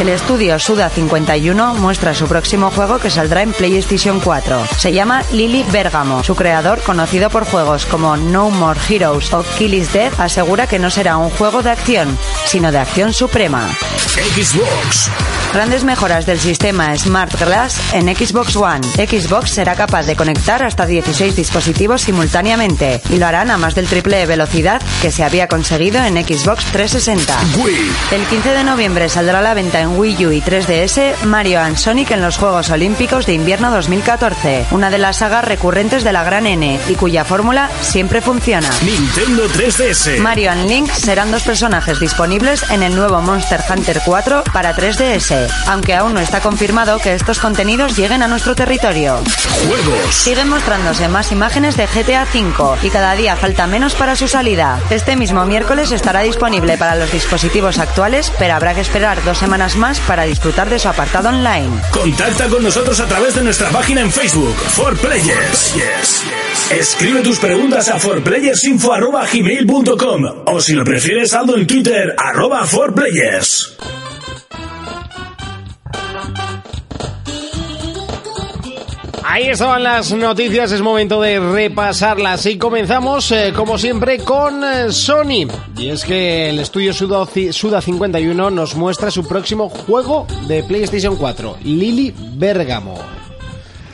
[SPEAKER 3] El estudio Suda51 muestra su próximo juego que saldrá en PlayStation 4. Se llama Lily Bergamo. Su creador, conocido por juegos como No More Heroes o Kill is Dead, asegura que no será un juego de acción, sino de acción suprema.
[SPEAKER 2] Xbox.
[SPEAKER 3] Grandes mejoras del sistema Smart Glass en Xbox One. Xbox será capaz de conectar hasta 16 dispositivos simultáneamente y lo harán a más del triple de velocidad que se había conseguido en Xbox 360.
[SPEAKER 2] Wii.
[SPEAKER 3] El 15 de noviembre saldrá a la venta en Wii U y 3DS Mario and Sonic en los Juegos Olímpicos de Invierno 2014, una de las sagas recurrentes de la gran N y cuya fórmula siempre funciona.
[SPEAKER 2] Nintendo 3DS.
[SPEAKER 3] Mario and Link serán dos personajes disponibles en el nuevo Monster Hunter 4 para 3DS, aunque aún no está confirmado que estos contenidos lleguen a nuestro territorio.
[SPEAKER 2] Juegos.
[SPEAKER 3] Siguen mostrándose más imágenes de GTA V y cada día falta menos para su salida. Este mismo miércoles estará disponible para los dispositivos actuales, pero habrá que esperar dos semanas más para disfrutar de su apartado online.
[SPEAKER 2] Contacta con nosotros a través de nuestra página en Facebook, For Players. Escribe tus preguntas a forplayersinfo@gmail.com o si lo prefieres saldo en Twitter arroba forplayers.
[SPEAKER 1] Ahí estaban las noticias, es momento de repasarlas y comenzamos eh, como siempre con eh, Sony. Y es que el estudio Suda, Suda 51 nos muestra su próximo juego de PlayStation 4, Lily Bergamo.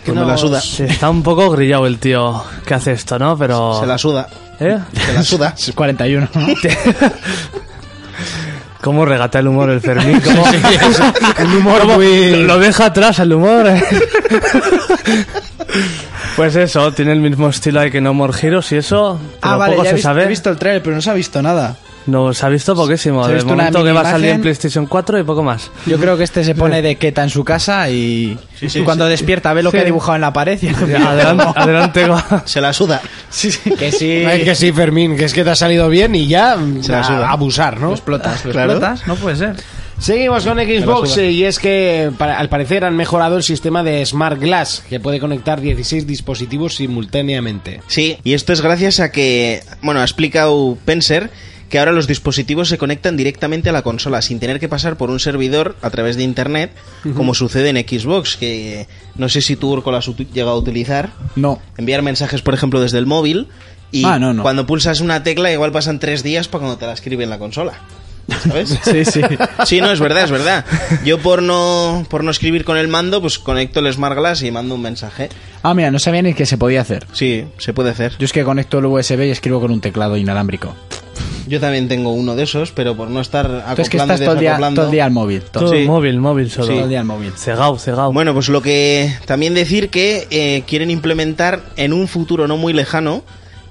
[SPEAKER 5] Pues me la
[SPEAKER 1] nos-
[SPEAKER 5] suda.
[SPEAKER 6] Sí, está un poco grillado el tío que hace esto, ¿no? Pero.
[SPEAKER 5] Se la suda.
[SPEAKER 6] ¿Eh?
[SPEAKER 5] Se la suda.
[SPEAKER 4] Es 41.
[SPEAKER 6] ¿Cómo regata el humor el Fermín? ¿Cómo, el humor Lo deja atrás el humor. eh? pues eso, tiene el mismo estilo ahí que No More Heroes y eso. Pero poco se
[SPEAKER 4] Ah, he visto,
[SPEAKER 6] sabe.
[SPEAKER 4] el trailer, pero no se ha visto nada.
[SPEAKER 6] No, se ha visto poquísimo.
[SPEAKER 4] Se ha
[SPEAKER 6] De
[SPEAKER 4] visto una
[SPEAKER 6] momento que va a
[SPEAKER 4] mini
[SPEAKER 6] salir en
[SPEAKER 4] imagen.
[SPEAKER 6] PlayStation 4 y poco más.
[SPEAKER 4] Yo creo que este se pone de queta en su casa y
[SPEAKER 5] sí,
[SPEAKER 4] cuando
[SPEAKER 5] sí.
[SPEAKER 4] despierta ve lo que
[SPEAKER 5] Sí.
[SPEAKER 4] ha dibujado en la pared y
[SPEAKER 6] adelante, adelante.
[SPEAKER 5] Se la suda.
[SPEAKER 4] Que sí.
[SPEAKER 1] Ay, que sí, Fermín, que es que te ha salido bien y ya mm,
[SPEAKER 5] Se la
[SPEAKER 1] a-
[SPEAKER 5] suda.
[SPEAKER 1] abusar, ¿no?
[SPEAKER 4] explotas, lo
[SPEAKER 1] Claro.
[SPEAKER 4] explotas, no puede ser.
[SPEAKER 1] Seguimos con Xbox
[SPEAKER 4] suda.
[SPEAKER 1] eh, y es que para- al parecer han mejorado el sistema de Smart Glass que puede conectar 16 dispositivos simultáneamente.
[SPEAKER 5] Sí, y esto es gracias a que, bueno, ha explicado Penser que ahora los dispositivos se conectan directamente a la consola sin tener que pasar por un servidor a través de internet, como sucede en Xbox, que no sé si tú, Urco, la has uti- llegado a utilizar.
[SPEAKER 4] No.
[SPEAKER 5] Enviar mensajes, por ejemplo, desde el móvil y
[SPEAKER 4] Ah, no, no.
[SPEAKER 5] cuando pulsas una tecla igual pasan tres días para cuando te la escribe en la consola. ¿Sabes?
[SPEAKER 4] Sí, sí.
[SPEAKER 5] Sí, no, es verdad, es verdad. Yo por no, por no escribir con el mando, pues conecto el Smart Glass y mando un mensaje.
[SPEAKER 4] Ah, mira, no sabía ni que se podía hacer.
[SPEAKER 5] Sí, se puede hacer.
[SPEAKER 4] Yo es que conecto el USB y escribo con un teclado inalámbrico.
[SPEAKER 5] Yo también tengo uno de esos, pero por no estar acoplando
[SPEAKER 4] Tú es que estás
[SPEAKER 5] y
[SPEAKER 4] todo el, día,
[SPEAKER 5] desacoplando-
[SPEAKER 4] todo el día al móvil. Todo,
[SPEAKER 6] Todo
[SPEAKER 5] Sí.
[SPEAKER 6] móvil, móvil solo.
[SPEAKER 5] Sí.
[SPEAKER 4] todo el día al móvil.
[SPEAKER 6] Cegao,
[SPEAKER 4] Oh.
[SPEAKER 6] cegao.
[SPEAKER 5] Bueno, pues lo que también decir que eh, quieren implementar en un futuro no muy lejano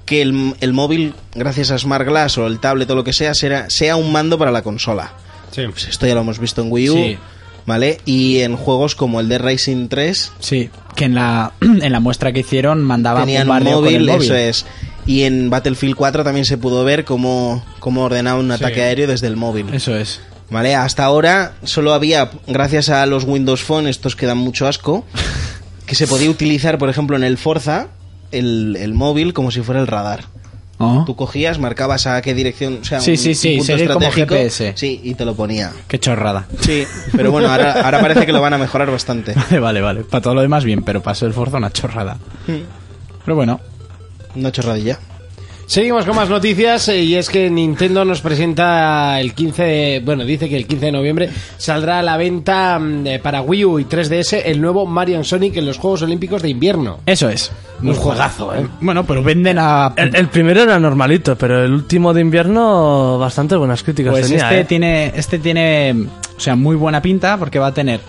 [SPEAKER 5] que el, el móvil, gracias a Smart Glass o el tablet o lo que sea, será- sea un mando para la consola. Pues esto ya lo hemos visto en Wii U,
[SPEAKER 4] Sí.
[SPEAKER 5] ¿vale? Y en juegos como el de Racing 3
[SPEAKER 4] Sí, que en la, en la muestra que hicieron mandaba
[SPEAKER 5] tenían un
[SPEAKER 4] bombardeo con
[SPEAKER 5] móvil,
[SPEAKER 4] el móvil.
[SPEAKER 5] eso es. Y en Battlefield 4 también se pudo ver cómo, cómo ordenaba un ataque aéreo desde el móvil.
[SPEAKER 4] Eso es.
[SPEAKER 5] Vale, hasta ahora solo había, gracias a los Windows Phone, estos que dan mucho asco, que se podía utilizar, por ejemplo, en el Forza, el, el móvil como si fuera el radar.
[SPEAKER 4] Oh,
[SPEAKER 5] Tú cogías, marcabas a qué dirección, o sea,
[SPEAKER 4] Sí, sí, sí, seguir como GPS.
[SPEAKER 5] Sí, y te lo ponía.
[SPEAKER 4] qué chorrada.
[SPEAKER 5] Sí, pero bueno, ahora, ahora parece que lo van a mejorar bastante.
[SPEAKER 4] Vale, vale, vale. Para todo lo demás bien, pero para el Forza una chorrada. Pero bueno,
[SPEAKER 5] Una chorradilla.
[SPEAKER 1] Seguimos con más noticias eh, y es que Nintendo nos presenta el 15 de, bueno, dice que el 15 de noviembre saldrá a la venta mm, eh, para Wii U y 3DS el nuevo Mario and Sonic en los Juegos Olímpicos de Invierno.
[SPEAKER 4] eso es.
[SPEAKER 1] Un juegazo, ¿eh?
[SPEAKER 4] Bueno, pero venden a...
[SPEAKER 6] El, el primero era normalito, pero el último de invierno bastante buenas críticas
[SPEAKER 4] Pues
[SPEAKER 6] tenía.
[SPEAKER 4] este
[SPEAKER 6] ¿eh?
[SPEAKER 4] tiene, este tiene, o sea, muy buena pinta porque va a tener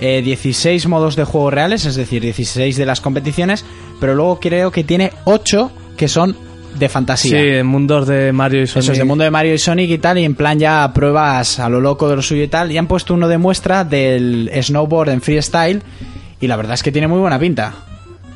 [SPEAKER 4] eh, 16 modos de juego reales, es decir, 16 de las competiciones, pero luego creo que tiene 8 que son de
[SPEAKER 6] Sí,
[SPEAKER 4] fantasía.
[SPEAKER 6] en mundos de Mario y Sonic.
[SPEAKER 4] Eso es de mundo de Mario y Sonic y tal, y en plan ya pruebas a lo loco de lo suyo y tal. Y han puesto uno de muestra del snowboard en freestyle, y la verdad es que tiene muy buena pinta.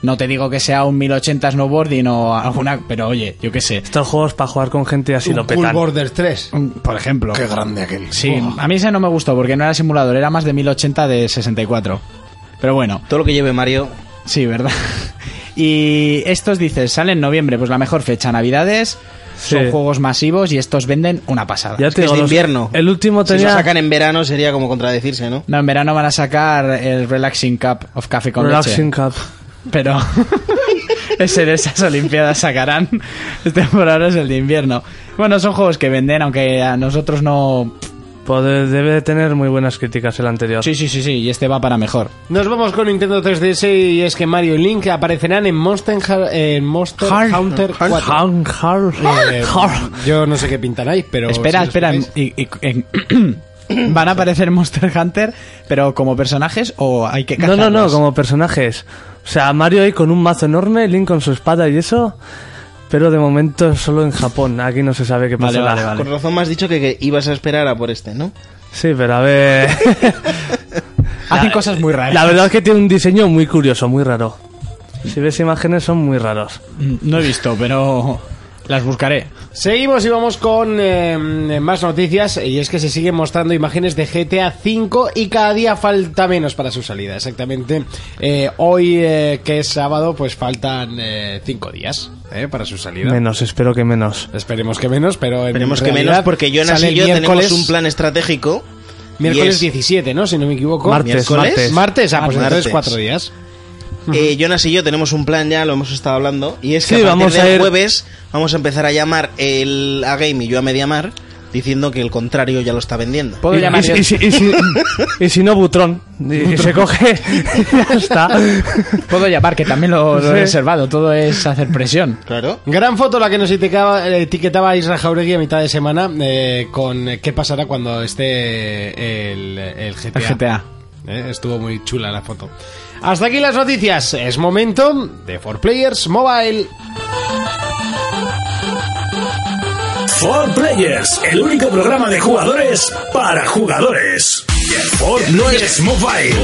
[SPEAKER 4] No te digo que sea un 1080 snowboarding o alguna, pero oye, yo qué sé.
[SPEAKER 6] Estos juegos para jugar con gente y así lo
[SPEAKER 1] Cool
[SPEAKER 6] petan.
[SPEAKER 1] Borders 3.
[SPEAKER 4] Un- Por ejemplo.
[SPEAKER 1] Qué grande aquel.
[SPEAKER 4] Sí, a mí ese no me gustó porque no era simulador, era más de 1080 de 64. Pero bueno,
[SPEAKER 5] Todo lo que lleve Mario.
[SPEAKER 4] sí, ¿verdad? Y estos dices, salen en noviembre, pues la mejor fecha, Navidades, son
[SPEAKER 6] Sí.
[SPEAKER 4] juegos masivos y estos venden una pasada.
[SPEAKER 6] Ya
[SPEAKER 5] que es de
[SPEAKER 6] los-
[SPEAKER 5] invierno.
[SPEAKER 6] El último
[SPEAKER 5] Si lo
[SPEAKER 6] tenía
[SPEAKER 5] sacan en verano sería como contradecirse, ¿no?
[SPEAKER 4] No, en verano van a sacar el Relaxing Cup of Café con
[SPEAKER 6] Relaxing Cup.
[SPEAKER 4] leche. Pero ese de esas Olimpiadas sacarán. Este por ahora es el de invierno. Bueno, son juegos que venden, aunque a nosotros no.
[SPEAKER 6] Pode- debe de tener muy buenas críticas el anterior.
[SPEAKER 4] Sí, sí, sí, sí, y este va para mejor.
[SPEAKER 1] Nos vamos con Nintendo 3DS y es que Mario y Link aparecerán en Monster, Har- en Monster
[SPEAKER 4] Har-
[SPEAKER 1] Hunter 4.
[SPEAKER 6] Han- har-
[SPEAKER 1] Eh,
[SPEAKER 6] har-
[SPEAKER 1] yo no sé qué pintan ahí, pero...
[SPEAKER 4] espera,
[SPEAKER 1] si os
[SPEAKER 4] espera.
[SPEAKER 1] fijáis-
[SPEAKER 4] y- y- en- ¿Van a aparecer Monster Hunter, pero como personajes o hay que
[SPEAKER 6] No, no, no,
[SPEAKER 4] cazarlos?
[SPEAKER 6] como personajes. O sea, Mario ahí con un mazo enorme, Link con su espada y eso. Pero de momento solo en Japón. Aquí no se sabe qué
[SPEAKER 4] Vale,
[SPEAKER 6] pasará.
[SPEAKER 4] vale, vale.
[SPEAKER 5] Con razón me has dicho que, que ibas a esperar a por este, ¿no?
[SPEAKER 6] Sí, pero a ver.
[SPEAKER 4] Hacen cosas muy raras.
[SPEAKER 6] La verdad es que tiene un diseño muy curioso, muy raro. Si ves imágenes son muy raros.
[SPEAKER 4] Mm, No he visto, pero las buscaré.
[SPEAKER 1] Seguimos y vamos con eh, más noticias y es que se siguen mostrando imágenes de GTA V y cada día falta menos para su salida, exactamente. Eh, hoy eh, que es sábado pues faltan eh, cinco días eh, para su salida.
[SPEAKER 6] Menos, espero que menos.
[SPEAKER 1] Esperemos que menos, pero en
[SPEAKER 5] Esperemos que
[SPEAKER 1] realidad
[SPEAKER 5] menos porque Jonas
[SPEAKER 1] sale
[SPEAKER 5] y
[SPEAKER 1] el
[SPEAKER 5] yo tenemos
[SPEAKER 1] miércoles-
[SPEAKER 5] un plan estratégico. y
[SPEAKER 1] Miércoles
[SPEAKER 5] es-
[SPEAKER 1] 17, ¿no? Si no me equivoco.
[SPEAKER 6] Martes,
[SPEAKER 5] ¿Miércoles?
[SPEAKER 6] martes.
[SPEAKER 1] Martes, ah, pues
[SPEAKER 5] Martes.
[SPEAKER 1] entonces cuatro días.
[SPEAKER 5] Eh, Jonas y yo tenemos un plan ya, lo hemos estado hablando, y es
[SPEAKER 6] Sí,
[SPEAKER 5] que a partir
[SPEAKER 6] vamos a
[SPEAKER 5] del
[SPEAKER 6] ir-
[SPEAKER 5] jueves vamos a empezar a llamar el, a Game y yo a Mediamar diciendo que el contrario ya lo está vendiendo.
[SPEAKER 4] Puedo
[SPEAKER 6] y,
[SPEAKER 4] llamar
[SPEAKER 6] y- y si, y si- y si no, Butrón. Y, y se coge. ya está.
[SPEAKER 4] Puedo llamar, que también lo, lo he
[SPEAKER 6] Sí.
[SPEAKER 4] reservado. Todo es hacer presión.
[SPEAKER 5] Claro.
[SPEAKER 1] Gran foto la que nos etiquetaba, eh, etiquetaba Isra Jauregui a mitad de semana eh, con eh, qué pasará cuando esté el, el GTA.
[SPEAKER 4] El GTA.
[SPEAKER 1] Eh, estuvo muy chula la foto. Hasta aquí las noticias. Es momento de 4 Players Mobile.
[SPEAKER 2] For Players, el único programa de jugadores para jugadores.
[SPEAKER 11] No es mobile,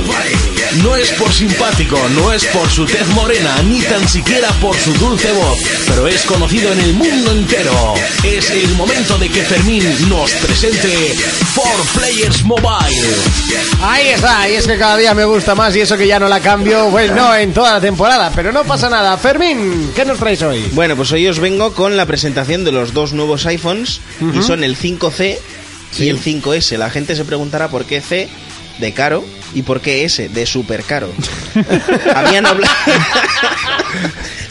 [SPEAKER 11] no es por simpático, no es por su tez morena, ni tan siquiera por su dulce voz, pero es conocido en el mundo entero. Es el momento de que Fermín nos presente For Players Mobile.
[SPEAKER 1] Ahí está, y es que cada día me gusta más y eso que ya no la cambio, pues no, en toda la temporada, pero no pasa nada. Fermín, ¿qué nos traes hoy?
[SPEAKER 5] Bueno, pues hoy os vengo con la presentación de los dos nuevos iPhones, y son el 5C y el 5S. La gente se preguntará por qué C de caro y por qué S de súper caro. Habían hablado...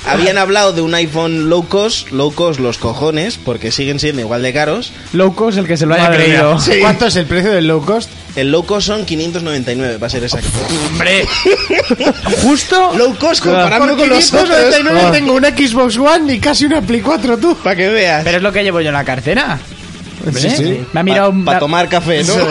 [SPEAKER 5] Habían hablado de un iPhone low cost, low cost los cojones, porque siguen siendo igual de caros.
[SPEAKER 4] Low cost el que se lo haya creído.
[SPEAKER 1] ¿Cuánto es el precio del low cost?
[SPEAKER 5] El low cost son 599, va a ser exacto.
[SPEAKER 1] ¡Hombre!
[SPEAKER 5] ¿Justo? Low cost comparando con los otros.
[SPEAKER 1] 599 tengo una Xbox One y casi una Play 4 tú.
[SPEAKER 5] Para que veas.
[SPEAKER 4] Pero es lo que llevo yo en la cartera.
[SPEAKER 1] Sí,
[SPEAKER 4] ¿Eh?
[SPEAKER 1] sí.
[SPEAKER 4] Me ha mirado
[SPEAKER 5] Para tomar café, ¿no?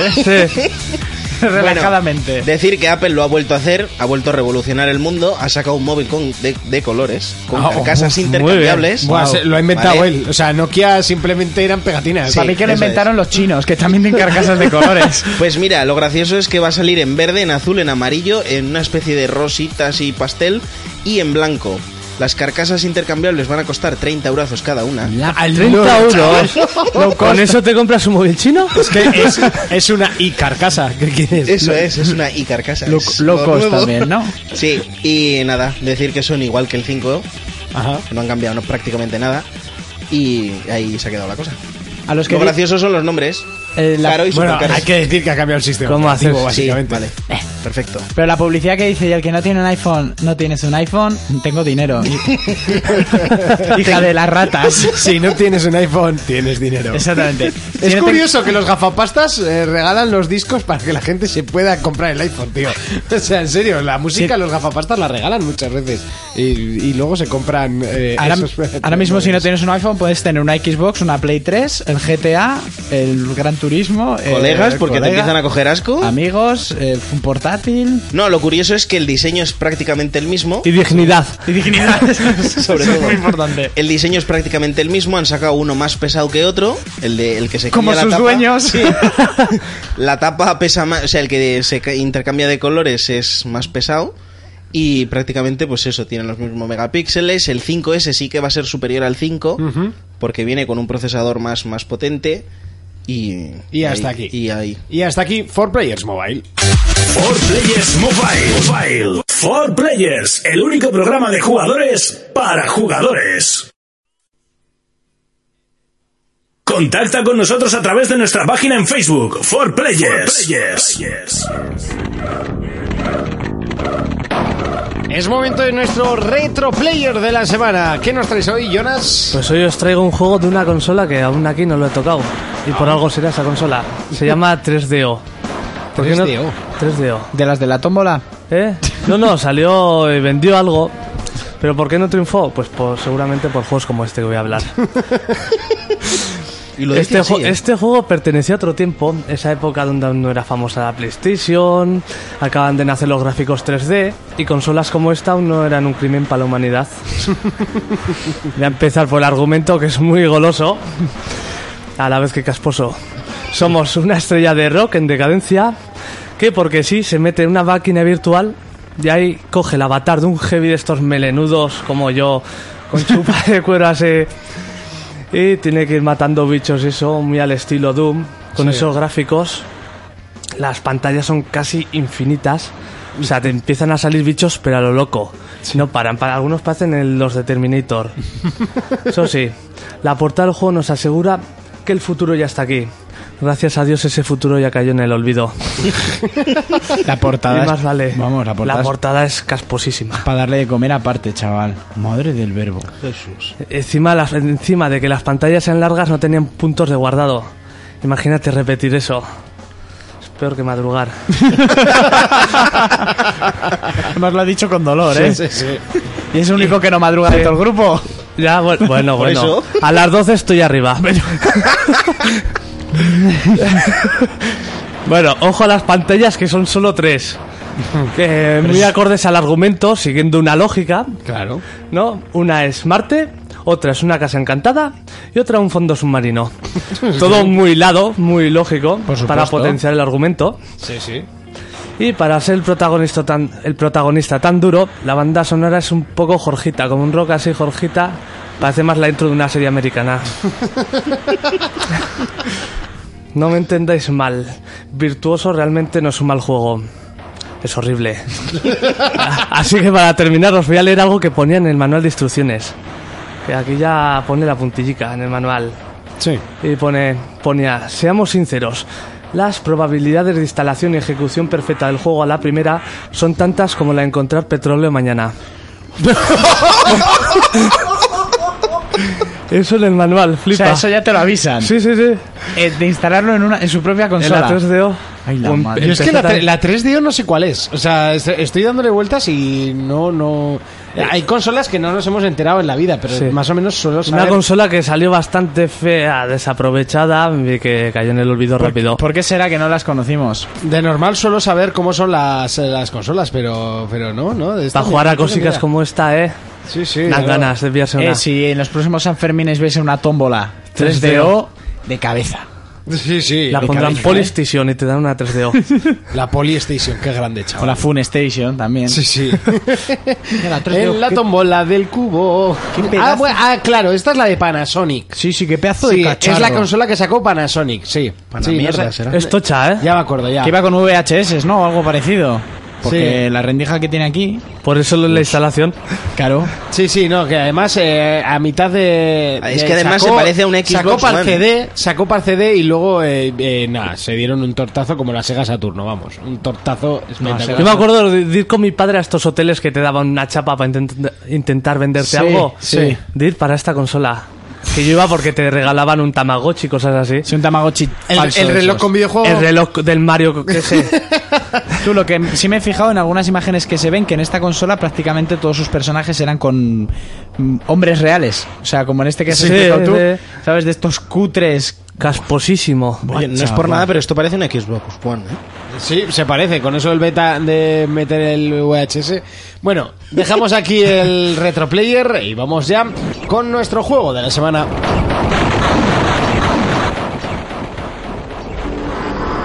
[SPEAKER 4] relajadamente.
[SPEAKER 5] Decir que Apple lo ha vuelto a hacer, ha vuelto a revolucionar el mundo, ha sacado un móvil con, de, de colores, con
[SPEAKER 1] Ah,
[SPEAKER 5] carcasas
[SPEAKER 1] muy bien.
[SPEAKER 5] intercambiables.
[SPEAKER 1] Buah, se- lo ha inventado
[SPEAKER 5] Vale.
[SPEAKER 1] él. O sea, Nokia simplemente eran pegatinas.
[SPEAKER 5] Sí.
[SPEAKER 4] Para mí que lo
[SPEAKER 5] eso
[SPEAKER 4] inventaron los chinos, que también tienen carcasas de colores.
[SPEAKER 5] Pues mira, lo gracioso es que va a salir en verde, en azul, en amarillo, en una especie de rositas y pastel y en blanco. Las carcasas intercambiables van a costar 30 euros cada una.
[SPEAKER 1] Al
[SPEAKER 6] 30
[SPEAKER 1] no,
[SPEAKER 6] euros.
[SPEAKER 4] ¿eh?
[SPEAKER 1] chaval.
[SPEAKER 6] ¿Con eso te compras un móvil chino?
[SPEAKER 1] Es que es, es una y carcasa. ¿Qué quieres?
[SPEAKER 5] Eso es, es una y carcasa.
[SPEAKER 4] Lo-
[SPEAKER 5] es
[SPEAKER 4] low
[SPEAKER 5] lo
[SPEAKER 4] cost
[SPEAKER 5] nuevo.
[SPEAKER 4] también, ¿no?
[SPEAKER 5] Sí, y nada, decir que son igual que el 5,
[SPEAKER 1] Ajá.
[SPEAKER 5] no han cambiado no, prácticamente nada. Y ahí se ha quedado la cosa.
[SPEAKER 4] A los que
[SPEAKER 5] Lo
[SPEAKER 4] vi-
[SPEAKER 5] gracioso son los nombres.
[SPEAKER 4] eh, la-
[SPEAKER 5] Caro y
[SPEAKER 1] Bueno,
[SPEAKER 5] supercaro.
[SPEAKER 1] hay que decir que ha cambiado el sistema.
[SPEAKER 6] ¿Cómo
[SPEAKER 1] operativo,
[SPEAKER 6] haces?
[SPEAKER 5] Sí,
[SPEAKER 1] Básicamente.
[SPEAKER 5] vale.
[SPEAKER 4] Eh.
[SPEAKER 5] Perfecto.
[SPEAKER 4] Pero la publicidad que dice, y el que no tiene un iPhone, no tienes un iPhone, tengo dinero. Hija de las ratas.
[SPEAKER 1] Si no tienes un iPhone, tienes dinero.
[SPEAKER 4] Exactamente. Si
[SPEAKER 1] Es
[SPEAKER 4] no te-
[SPEAKER 1] curioso que los gafapastas eh, regalan los discos para que la gente se pueda comprar el iPhone, tío. O sea, en serio, la música los gafapastas la regalan muchas veces. Y, y luego se compran eh,
[SPEAKER 4] Ahora,
[SPEAKER 1] esos-
[SPEAKER 4] ahora mismo si no tienes un iPhone puedes tener una Xbox, una Play 3, el GTA, el Gran Turismo, eh,
[SPEAKER 5] Colegas, porque te
[SPEAKER 4] colega,
[SPEAKER 5] empiezan a Uh. coger asco.
[SPEAKER 4] amigos, eh, un portátil
[SPEAKER 5] No, lo curioso es que el diseño es prácticamente el mismo.
[SPEAKER 6] Y dignidad.
[SPEAKER 4] y dignidad.
[SPEAKER 5] Sobre
[SPEAKER 4] Eso
[SPEAKER 5] todo.
[SPEAKER 4] es muy importante.
[SPEAKER 5] El diseño es prácticamente el mismo, han sacado uno más pesado que otro, el de el que se
[SPEAKER 4] Como
[SPEAKER 5] cambia
[SPEAKER 4] sus
[SPEAKER 5] la tapa.
[SPEAKER 4] dueños.
[SPEAKER 5] Sí. La tapa pesa más, o sea, el que se ca- intercambia de colores es más pesado y prácticamente pues eso, tienen los mismos megapíxeles, el 5S sí que va a ser superior al 5 porque viene con un procesador más más potente y
[SPEAKER 1] Y hasta
[SPEAKER 5] ahí-
[SPEAKER 1] aquí.
[SPEAKER 5] Y ahí.
[SPEAKER 1] Y hasta aquí, For Players Mobile.
[SPEAKER 2] For Players Mobile. Mobile. For Players, el único programa de jugadores para jugadores. Contacta con nosotros a través de nuestra página en Facebook, For Players. Players.
[SPEAKER 1] Es momento de nuestro retro player de la semana. ¿Qué nos traes hoy, Jonas?
[SPEAKER 6] Pues hoy os traigo un juego de una consola que aún aquí no lo he tocado. Y por algo será esa consola. Se llama 3DO.
[SPEAKER 4] Pues
[SPEAKER 6] ¿Por qué no-
[SPEAKER 1] 3DO.
[SPEAKER 6] 3DO.
[SPEAKER 4] Este, oh, De las de la tómbola.
[SPEAKER 6] ¿Eh? No, no, salió y vendió algo. ¿Pero por qué no triunfó? Pues por- seguramente por juegos como este que voy a hablar.
[SPEAKER 5] Y lo
[SPEAKER 6] Este,
[SPEAKER 5] dice así,
[SPEAKER 6] ju-
[SPEAKER 5] ¿eh?
[SPEAKER 6] este juego pertenecía a otro tiempo, esa época donde aún no era famosa la PlayStation, acaban de nacer los gráficos 3D y consolas como esta aún no eran un crimen para la humanidad. Voy a empezar por el argumento que es muy goloso, a la vez que casposo. Somos una estrella de rock en decadencia que porque sí se mete en una máquina virtual y ahí coge el avatar de un heavy de estos melenudos como yo con chupa de cuero así. Y tiene que ir matando bichos, eso, muy al estilo Doom, con esos gráficos. Las pantallas son casi infinitas. O sea, te empiezan a salir bichos, pero a lo loco. Si no paran, para algunos parecen el- los de Terminator. Eso sí, la portada del juego nos asegura que el futuro ya está aquí. Gracias a Dios ese futuro ya cayó en el olvido.
[SPEAKER 4] La
[SPEAKER 6] Y
[SPEAKER 4] portada. es-
[SPEAKER 6] más vale.
[SPEAKER 4] Vamos, la portada. es
[SPEAKER 6] portada es casposísima.
[SPEAKER 4] para darle de comer aparte, chaval. Madre del verbo.
[SPEAKER 6] Encima, las- encima de que las pantallas sean largas no tenían puntos de guardado. Imagínate repetir eso. Es peor que madrugar.
[SPEAKER 4] Además lo ha dicho con dolor, ¿eh? Y es el único que no madruga de todo el grupo.
[SPEAKER 6] Ya, bu- bueno, bueno.
[SPEAKER 5] eso?
[SPEAKER 6] A las 12 estoy arriba. bueno, ojo a las pantallas que son solo tres. que muy acordes al argumento, siguiendo una lógica.
[SPEAKER 1] Claro.
[SPEAKER 6] ¿No? Una es Marte, otra es una casa encantada y otra un fondo submarino. Todo muy hilado, muy lógico, para
[SPEAKER 1] supuesto.
[SPEAKER 6] potenciar el argumento.
[SPEAKER 1] Sí, sí.
[SPEAKER 6] Y para ser el protagonista, tan, el protagonista tan duro, la banda sonora es un poco Jorgita, como un rock así Jorgita, parece más la intro de una serie americana. No me entendáis mal, virtuoso realmente no es un mal juego. Es horrible. Así que para terminar os voy a leer algo que ponía en el manual de instrucciones. Que aquí ya pone la puntillica en el manual.
[SPEAKER 1] Sí.
[SPEAKER 6] Y pone, ponía, seamos sinceros, las probabilidades de instalación y ejecución perfecta del juego a la primera son tantas como la de encontrar petróleo mañana. Eso en el manual,
[SPEAKER 4] O
[SPEAKER 6] flipa.
[SPEAKER 4] sea, eso ya te lo avisan.
[SPEAKER 6] Sí, sí, sí.
[SPEAKER 4] Eh, de instalarlo en, una, en su propia
[SPEAKER 6] En
[SPEAKER 4] consola.
[SPEAKER 6] la 3DO.
[SPEAKER 4] Ay, la
[SPEAKER 6] O en-
[SPEAKER 4] madre.
[SPEAKER 1] Yo es que
[SPEAKER 6] empezó
[SPEAKER 1] la, tre-
[SPEAKER 6] tan-
[SPEAKER 1] la 3DO no sé cuál es. O sea, est- estoy dándole vueltas y no, no. Hay consolas que no nos hemos enterado en la vida, pero
[SPEAKER 6] Sí.
[SPEAKER 1] más o menos suelo saber.
[SPEAKER 6] Una consola que salió bastante fea, desaprovechada y que cayó en el olvido rápido.
[SPEAKER 4] ¿Por qué será que no las conocimos?
[SPEAKER 1] De normal suelo saber cómo son las, eh, las consolas, pero, pero no, ¿no? De esta
[SPEAKER 6] Para
[SPEAKER 1] ni-
[SPEAKER 6] jugar
[SPEAKER 1] ni
[SPEAKER 6] a
[SPEAKER 1] tengo
[SPEAKER 6] cositas
[SPEAKER 1] idea.
[SPEAKER 6] como esta, eh.
[SPEAKER 1] Sí, sí.
[SPEAKER 6] Dan
[SPEAKER 1] no.
[SPEAKER 6] ganas de pillarse una.
[SPEAKER 4] Eh, si en los próximos Sanfermines veis una tómbola 3DO de cabeza.
[SPEAKER 1] Sí, sí.
[SPEAKER 6] La
[SPEAKER 1] La,
[SPEAKER 6] pondrán
[SPEAKER 4] cabeza,
[SPEAKER 6] Polystation y te dan una 3DO.
[SPEAKER 1] Polystation, qué grande,
[SPEAKER 4] O
[SPEAKER 1] chaval.
[SPEAKER 4] la Fun Station también.
[SPEAKER 1] Sí, sí.
[SPEAKER 4] En
[SPEAKER 1] en la tombola del cubo. Ah, bueno, ah, claro, esta es la de Panasonic.
[SPEAKER 4] Sí, sí, qué pedazo
[SPEAKER 1] Sí,
[SPEAKER 4] de cacharro.
[SPEAKER 1] es la consola que sacó Panasonic, sí. Sí, no sé.
[SPEAKER 6] es tocha, eh.
[SPEAKER 1] Ya me acuerdo, ya.
[SPEAKER 4] Que iba con VHS, ¿no? O algo parecido. Porque
[SPEAKER 1] Sí.
[SPEAKER 4] la rendija que tiene aquí,
[SPEAKER 6] Por eso la instalación.
[SPEAKER 4] claro.
[SPEAKER 1] Sí, sí, no, que además eh, a mitad de...
[SPEAKER 5] Ah, es
[SPEAKER 1] de-
[SPEAKER 5] que además se parece a un Xbox
[SPEAKER 1] Sacó para el
[SPEAKER 5] One.
[SPEAKER 1] CD, sacó para el CD y luego, eh, eh, nada, se dieron un tortazo como la Sega Saturno, vamos. Un tortazo espectacular.
[SPEAKER 6] Yo me acuerdo de de ir con mi padre a estos hoteles que te daban una chapa para intent- intentar venderte
[SPEAKER 4] Sí,
[SPEAKER 6] algo.
[SPEAKER 4] sí.
[SPEAKER 6] De ir para esta consola. Que yo iba porque te regalaban un Tamagotchi y cosas así.
[SPEAKER 4] Es un Tamagotchi
[SPEAKER 1] el,
[SPEAKER 4] falso
[SPEAKER 1] el
[SPEAKER 4] de
[SPEAKER 1] reloj
[SPEAKER 4] esos.
[SPEAKER 1] con videojuego...
[SPEAKER 6] El reloj del Mario ese.
[SPEAKER 4] Tú lo que sí me he fijado en algunas imágenes que se ven que en esta consola prácticamente todos sus personajes eran con mm, hombres reales. O sea, como en este que has
[SPEAKER 6] Sí,
[SPEAKER 4] explicado tú,
[SPEAKER 6] sí.
[SPEAKER 4] ¿sabes? De estos cutres.
[SPEAKER 6] Casposísimo.
[SPEAKER 5] Oye, no es por nada, pero esto parece un Xbox One, ¿eh?
[SPEAKER 1] Sí, se parece, con eso el beta de meter el VHS. Bueno, dejamos aquí el retroplayer y vamos ya con nuestro juego de la semana.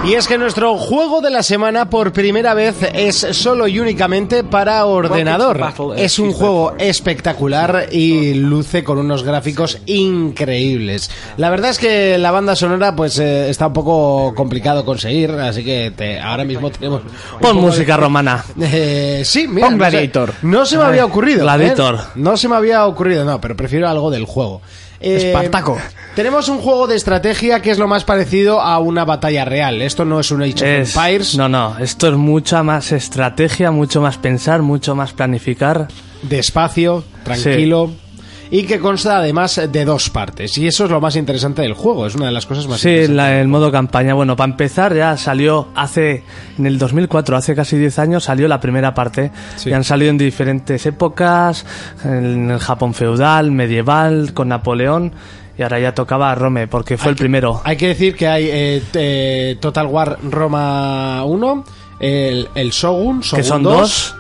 [SPEAKER 1] Y es que nuestro juego de la semana por primera vez es solo y únicamente para ordenador. Es un juego espectacular y luce con unos gráficos increíbles. La verdad es que la banda sonora pues eh, está un poco complicado conseguir, así que te- ahora mismo tenemos... un
[SPEAKER 6] Pon
[SPEAKER 1] poco de-
[SPEAKER 6] música romana.
[SPEAKER 1] Eh, sí, mira.
[SPEAKER 4] Pon
[SPEAKER 1] no sé-
[SPEAKER 4] Gladiator.
[SPEAKER 1] No se, me había ocurrido.
[SPEAKER 6] Gladiator.
[SPEAKER 1] ¿eh? No se me había ocurrido, no, pero prefiero algo del juego. Eh,
[SPEAKER 4] Espartaco.
[SPEAKER 1] Tenemos un juego de estrategia que es lo más parecido a una batalla real. Esto no es un Age of
[SPEAKER 6] Es-
[SPEAKER 1] Empires.
[SPEAKER 6] no, no, esto es mucha más estrategia, mucho más pensar, mucho más planificar.
[SPEAKER 1] despacio, tranquilo. Y que consta además de dos partes. Y eso es lo más interesante del juego. Es una de las cosas más
[SPEAKER 6] Sí,
[SPEAKER 1] interesantes.
[SPEAKER 6] la- el modo campaña. Bueno, para empezar, ya salió hace, en el 2004, hace casi 10 años, salió la primera parte.
[SPEAKER 1] Sí.
[SPEAKER 6] Y han salido en diferentes épocas, en el Japón feudal, medieval, con Napoleón. Y ahora ya tocaba a Rome, porque fue el primero.
[SPEAKER 1] Hay que decir que hay eh, t- eh, Total War Roma 1, el, el Shogun, Shogun
[SPEAKER 6] Que son
[SPEAKER 1] 2,
[SPEAKER 6] dos,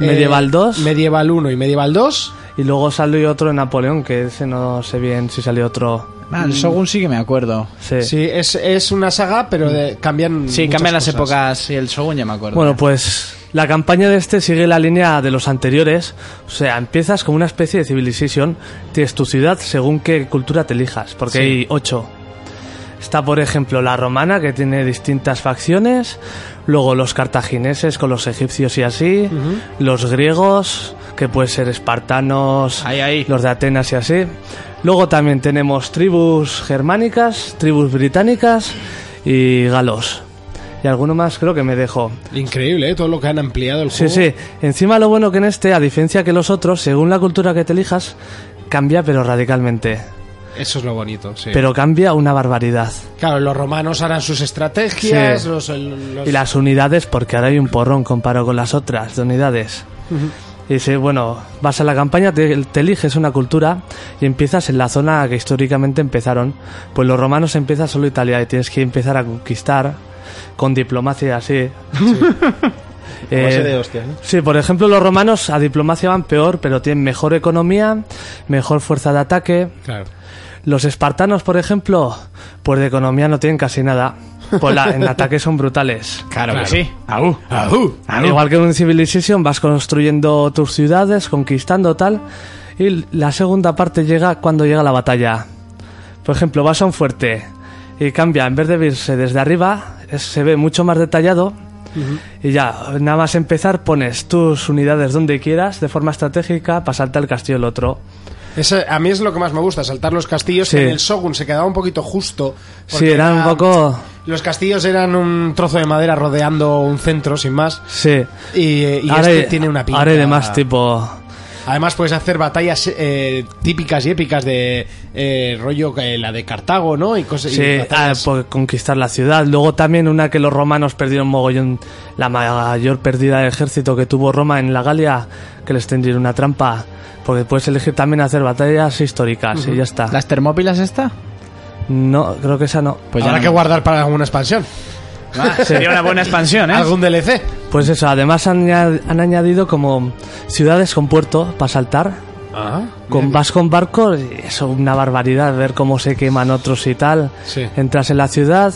[SPEAKER 1] eh,
[SPEAKER 6] Medieval 2.
[SPEAKER 1] Medieval 1 y Medieval 2.
[SPEAKER 6] Y luego salió otro de Napoleón, que ese no sé bien si salió otro.
[SPEAKER 4] Ah, el Shogun sí que me acuerdo.
[SPEAKER 6] Sí.
[SPEAKER 1] Sí, es, es una saga, pero de- cambian.
[SPEAKER 4] Sí,
[SPEAKER 1] muchas
[SPEAKER 4] cambian las
[SPEAKER 1] cosas.
[SPEAKER 4] épocas. Sí, el Shogun ya me acuerdo.
[SPEAKER 6] Bueno, pues la campaña de este sigue la línea de los anteriores. O sea, empiezas como una especie de civilization. Tienes tu ciudad según qué cultura te elijas, porque hay ocho. Está, por ejemplo, la romana, que tiene distintas facciones. Luego los cartagineses con los egipcios y así. Los griegos, que puede ser espartanos,
[SPEAKER 4] Ahí, ahí.
[SPEAKER 6] los de Atenas y así. Luego también tenemos tribus germánicas, tribus británicas y galos. Y alguno más creo que me dejo.
[SPEAKER 1] Increíble, ¿eh? Todo lo que han ampliado el
[SPEAKER 6] Sí,
[SPEAKER 1] juego.
[SPEAKER 6] sí. Encima lo bueno que en este, a diferencia que los otros, según la cultura que te elijas, cambia pero radicalmente.
[SPEAKER 1] Eso es lo bonito, sí.
[SPEAKER 6] Pero cambia una barbaridad.
[SPEAKER 1] claro, los romanos harán sus estrategias.
[SPEAKER 6] Sí.
[SPEAKER 1] Los, el- los-
[SPEAKER 6] Y las unidades, porque ahora hay un porrón comparado con las otras de unidades. Y dice, bueno, vas a la campaña, te, te eliges una cultura y empiezas en la zona que históricamente empezaron. Pues los romanos empiezan solo Italia y tienes que empezar a conquistar con diplomacia así.
[SPEAKER 5] Base de hostias, ¿no?
[SPEAKER 6] Eh, Sí, por ejemplo, los romanos a diplomacia van peor, pero tienen mejor economía, mejor fuerza de ataque.
[SPEAKER 1] Claro.
[SPEAKER 6] Los espartanos, por ejemplo, pues de economía no tienen casi nada. Pues la- en ataque son brutales.
[SPEAKER 4] Claro, que sí. Aú.
[SPEAKER 6] Igual que en un Civilization vas construyendo tus ciudades, conquistando tal, y la segunda parte llega cuando llega la batalla. Por ejemplo, vas a un fuerte y cambia, en vez de verse desde arriba, es- se ve mucho más detallado y ya, nada más empezar pones tus unidades donde quieras de forma estratégica para saltar el castillo el otro.
[SPEAKER 1] Ese- a mí es lo que más me gusta, saltar los castillos.
[SPEAKER 6] Sí.
[SPEAKER 1] que En el Shogun se quedaba un poquito justo. porque
[SPEAKER 6] Sí, era un poco...
[SPEAKER 1] Los castillos eran un trozo de madera rodeando un centro, sin más.
[SPEAKER 6] Sí.
[SPEAKER 1] Y, eh, y este tiene una pinta.
[SPEAKER 6] ahora hay de más tipo...
[SPEAKER 1] Además puedes hacer batallas eh, típicas y épicas de eh, rollo eh, la de Cartago, ¿no? Y cosas. y
[SPEAKER 6] Sí, ah,
[SPEAKER 1] batallas.
[SPEAKER 6] por conquistar la ciudad. Luego también una que los romanos perdieron mogollón, la mayor pérdida de ejército que tuvo Roma en la Galia, que les tendieron una trampa. Porque puedes elegir también hacer batallas históricas y ya está.
[SPEAKER 4] ¿Las termópilas esta?
[SPEAKER 6] No, creo que esa no.
[SPEAKER 4] Pues ya
[SPEAKER 1] Habrá que
[SPEAKER 4] no.
[SPEAKER 1] guardar para alguna expansión.
[SPEAKER 4] Ah, Sería una buena expansión, ¿eh?
[SPEAKER 1] Algún DLC.
[SPEAKER 6] Pues eso, además han, aña- han añadido como ciudades con puerto para saltar.
[SPEAKER 4] Ah,
[SPEAKER 6] Con, vas con barcos, y es una barbaridad ver cómo se queman otros y tal.
[SPEAKER 1] Sí.
[SPEAKER 6] Entras en la ciudad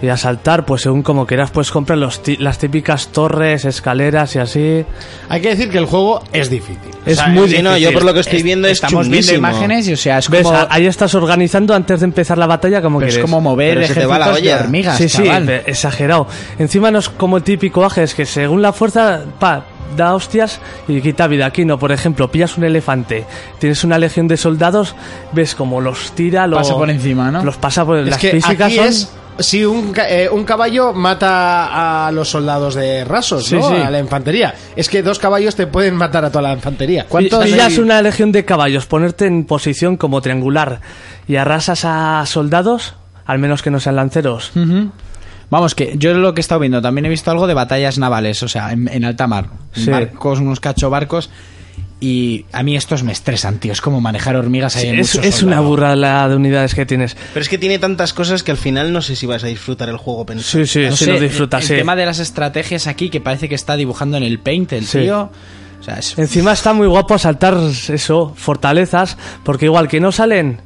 [SPEAKER 6] y a saltar, pues según como quieras, puedes comprar los ti- las típicas torres, escaleras y así.
[SPEAKER 1] Hay que decir que el juego es difícil.
[SPEAKER 6] Es
[SPEAKER 5] sea,
[SPEAKER 6] muy
[SPEAKER 5] sí, no,
[SPEAKER 6] difícil.
[SPEAKER 5] yo por lo que estoy viendo es
[SPEAKER 4] Estamos viendo
[SPEAKER 5] chunguísimo.
[SPEAKER 4] imágenes y, o sea, es
[SPEAKER 6] ¿Ves? Ah,
[SPEAKER 4] como,
[SPEAKER 6] A- Ahí estás organizando antes de empezar la batalla como
[SPEAKER 4] pero es
[SPEAKER 6] quieres.
[SPEAKER 4] como mover
[SPEAKER 5] Pero se te va la
[SPEAKER 4] ejércitos de
[SPEAKER 5] olla.
[SPEAKER 4] hormigas,
[SPEAKER 6] Sí, sí,
[SPEAKER 4] chaval.
[SPEAKER 6] pe- exagerado. Encima no es como el típico aje, es que según la fuerza, pa, da hostias y quita vida. Aquí no, por ejemplo, pillas un elefante, tienes una legión de soldados, ves como los tira, los
[SPEAKER 4] Pasa por encima, ¿no?
[SPEAKER 6] Los pasa por
[SPEAKER 1] Es
[SPEAKER 6] las
[SPEAKER 1] que
[SPEAKER 6] físicas
[SPEAKER 1] aquí
[SPEAKER 6] son-
[SPEAKER 1] es si un, ca- eh, un caballo mata a los soldados de rasos,
[SPEAKER 6] Sí,
[SPEAKER 1] ¿no?
[SPEAKER 6] sí.
[SPEAKER 1] A la infantería. Es que dos caballos te pueden matar a toda la infantería.
[SPEAKER 6] Pi- Pillas una legión de caballos, ponerte en posición como triangular y arrasas a soldados, al menos que no sean lanceros.
[SPEAKER 4] Vamos, que yo lo que he estado viendo, también he visto algo de batallas navales, o sea, en, en alta mar.
[SPEAKER 6] Sí.
[SPEAKER 4] Barcos, unos cacho barcos. Y a mí estos me estresan, tío. Es como manejar hormigas ahí en
[SPEAKER 6] es
[SPEAKER 4] mucho
[SPEAKER 6] es una
[SPEAKER 4] soldado.
[SPEAKER 6] burrada la de unidades que tienes.
[SPEAKER 5] Pero es que tiene tantas cosas que al final no sé si vas a disfrutar el juego
[SPEAKER 6] Sí,
[SPEAKER 5] pensando.
[SPEAKER 6] sí,
[SPEAKER 4] No
[SPEAKER 6] sí,
[SPEAKER 4] sé,
[SPEAKER 6] lo disfrutas,
[SPEAKER 4] El,
[SPEAKER 6] sí.
[SPEAKER 4] el tema de las estrategias aquí, que parece que está dibujando en el paint el
[SPEAKER 6] Sí.
[SPEAKER 4] tío. O sea, es-
[SPEAKER 6] Encima está muy guapo saltar eso, fortalezas, porque igual que no salen,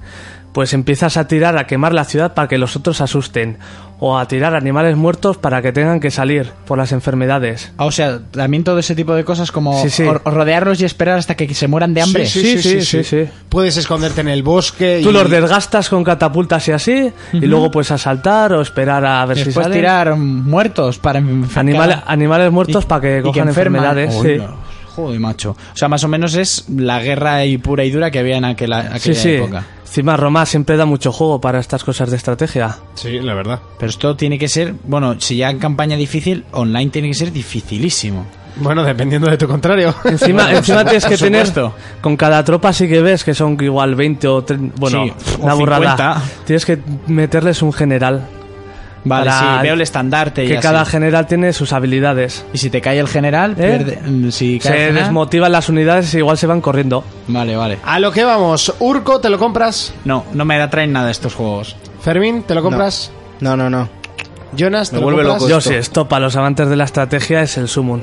[SPEAKER 6] pues empiezas a tirar, a quemar la ciudad para que los otros se asusten, o a tirar animales muertos para que tengan que salir por las enfermedades.
[SPEAKER 4] Ah, O sea, también todo ese tipo de cosas como
[SPEAKER 6] Sí, sí.
[SPEAKER 4] o- o rodearlos y esperar hasta que se mueran de hambre.
[SPEAKER 1] Sí,
[SPEAKER 6] Sí, sí, sí, sí.
[SPEAKER 1] Puedes esconderte en el bosque.
[SPEAKER 6] Tú
[SPEAKER 1] y-
[SPEAKER 6] los desgastas con catapultas y así, y luego puedes asaltar o esperar a ver si
[SPEAKER 4] Después
[SPEAKER 6] salen.
[SPEAKER 4] tirar mm, muertos para enfercar.
[SPEAKER 6] Animales, animales muertos
[SPEAKER 4] Y-
[SPEAKER 6] para que
[SPEAKER 4] y
[SPEAKER 6] cojan
[SPEAKER 4] enferman.
[SPEAKER 6] enfermedades.
[SPEAKER 4] Uy,
[SPEAKER 6] sí.
[SPEAKER 4] no. Joder, macho. O sea, más o menos es la guerra y pura y dura que había en aquella,
[SPEAKER 6] Sí,
[SPEAKER 4] aquella
[SPEAKER 6] sí.
[SPEAKER 4] época.
[SPEAKER 6] Encima Roma siempre da mucho juego para estas cosas de estrategia.
[SPEAKER 1] Sí, la verdad.
[SPEAKER 4] Pero esto tiene que ser, bueno, si ya en campaña difícil, online tiene que ser dificilísimo.
[SPEAKER 1] Bueno, dependiendo de tu contrario.
[SPEAKER 6] Encima, encima tienes que
[SPEAKER 4] por
[SPEAKER 6] tener
[SPEAKER 4] supuesto.
[SPEAKER 6] con cada tropa sí que ves que son igual 20 o 30, bueno,
[SPEAKER 4] Sí, o
[SPEAKER 6] una burrada.
[SPEAKER 4] 50.
[SPEAKER 6] Tienes que meterles un general,
[SPEAKER 4] Vale,
[SPEAKER 6] Para-
[SPEAKER 4] sí, veo el estandarte y
[SPEAKER 6] que
[SPEAKER 4] así.
[SPEAKER 6] cada general tiene sus habilidades. ¿eh?
[SPEAKER 4] Y si te cae el general, pierde- mm, si cae el
[SPEAKER 6] Se
[SPEAKER 4] general-
[SPEAKER 6] desmotivan las unidades y igual se van corriendo.
[SPEAKER 4] Vale, vale.
[SPEAKER 1] A lo que vamos. Urco, ¿te lo compras?
[SPEAKER 4] No, no me atraen nada estos juegos.
[SPEAKER 1] Fermín, ¿te lo compras?
[SPEAKER 5] No, no, no.
[SPEAKER 1] Jonas, ¿te
[SPEAKER 5] Me
[SPEAKER 1] lo
[SPEAKER 5] vuelve
[SPEAKER 1] compras?
[SPEAKER 5] loco.
[SPEAKER 6] Yo
[SPEAKER 5] esto.
[SPEAKER 6] sí, esto para los amantes de la estrategia es el sumum.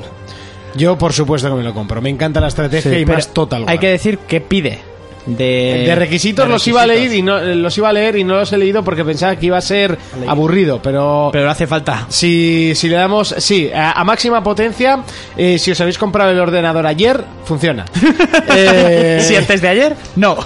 [SPEAKER 1] Yo, por supuesto que me lo compro. Me encanta la estrategia
[SPEAKER 6] Sí,
[SPEAKER 1] y
[SPEAKER 4] Pero
[SPEAKER 1] más Total
[SPEAKER 4] Hay
[SPEAKER 1] War.
[SPEAKER 4] que decir que pide. De,
[SPEAKER 1] De requisitos
[SPEAKER 4] Eh, de
[SPEAKER 1] los iba a
[SPEAKER 4] requisitos.
[SPEAKER 1] leer y no los iba a leer y no los he leído porque pensaba que iba a ser aburrido, pero
[SPEAKER 4] Pero hace falta.
[SPEAKER 1] si, si le damos, sí, a, a máxima potencia, eh, si os habéis comprado el ordenador ayer, funciona. Eh,
[SPEAKER 4] ¿Si antes de ayer? No.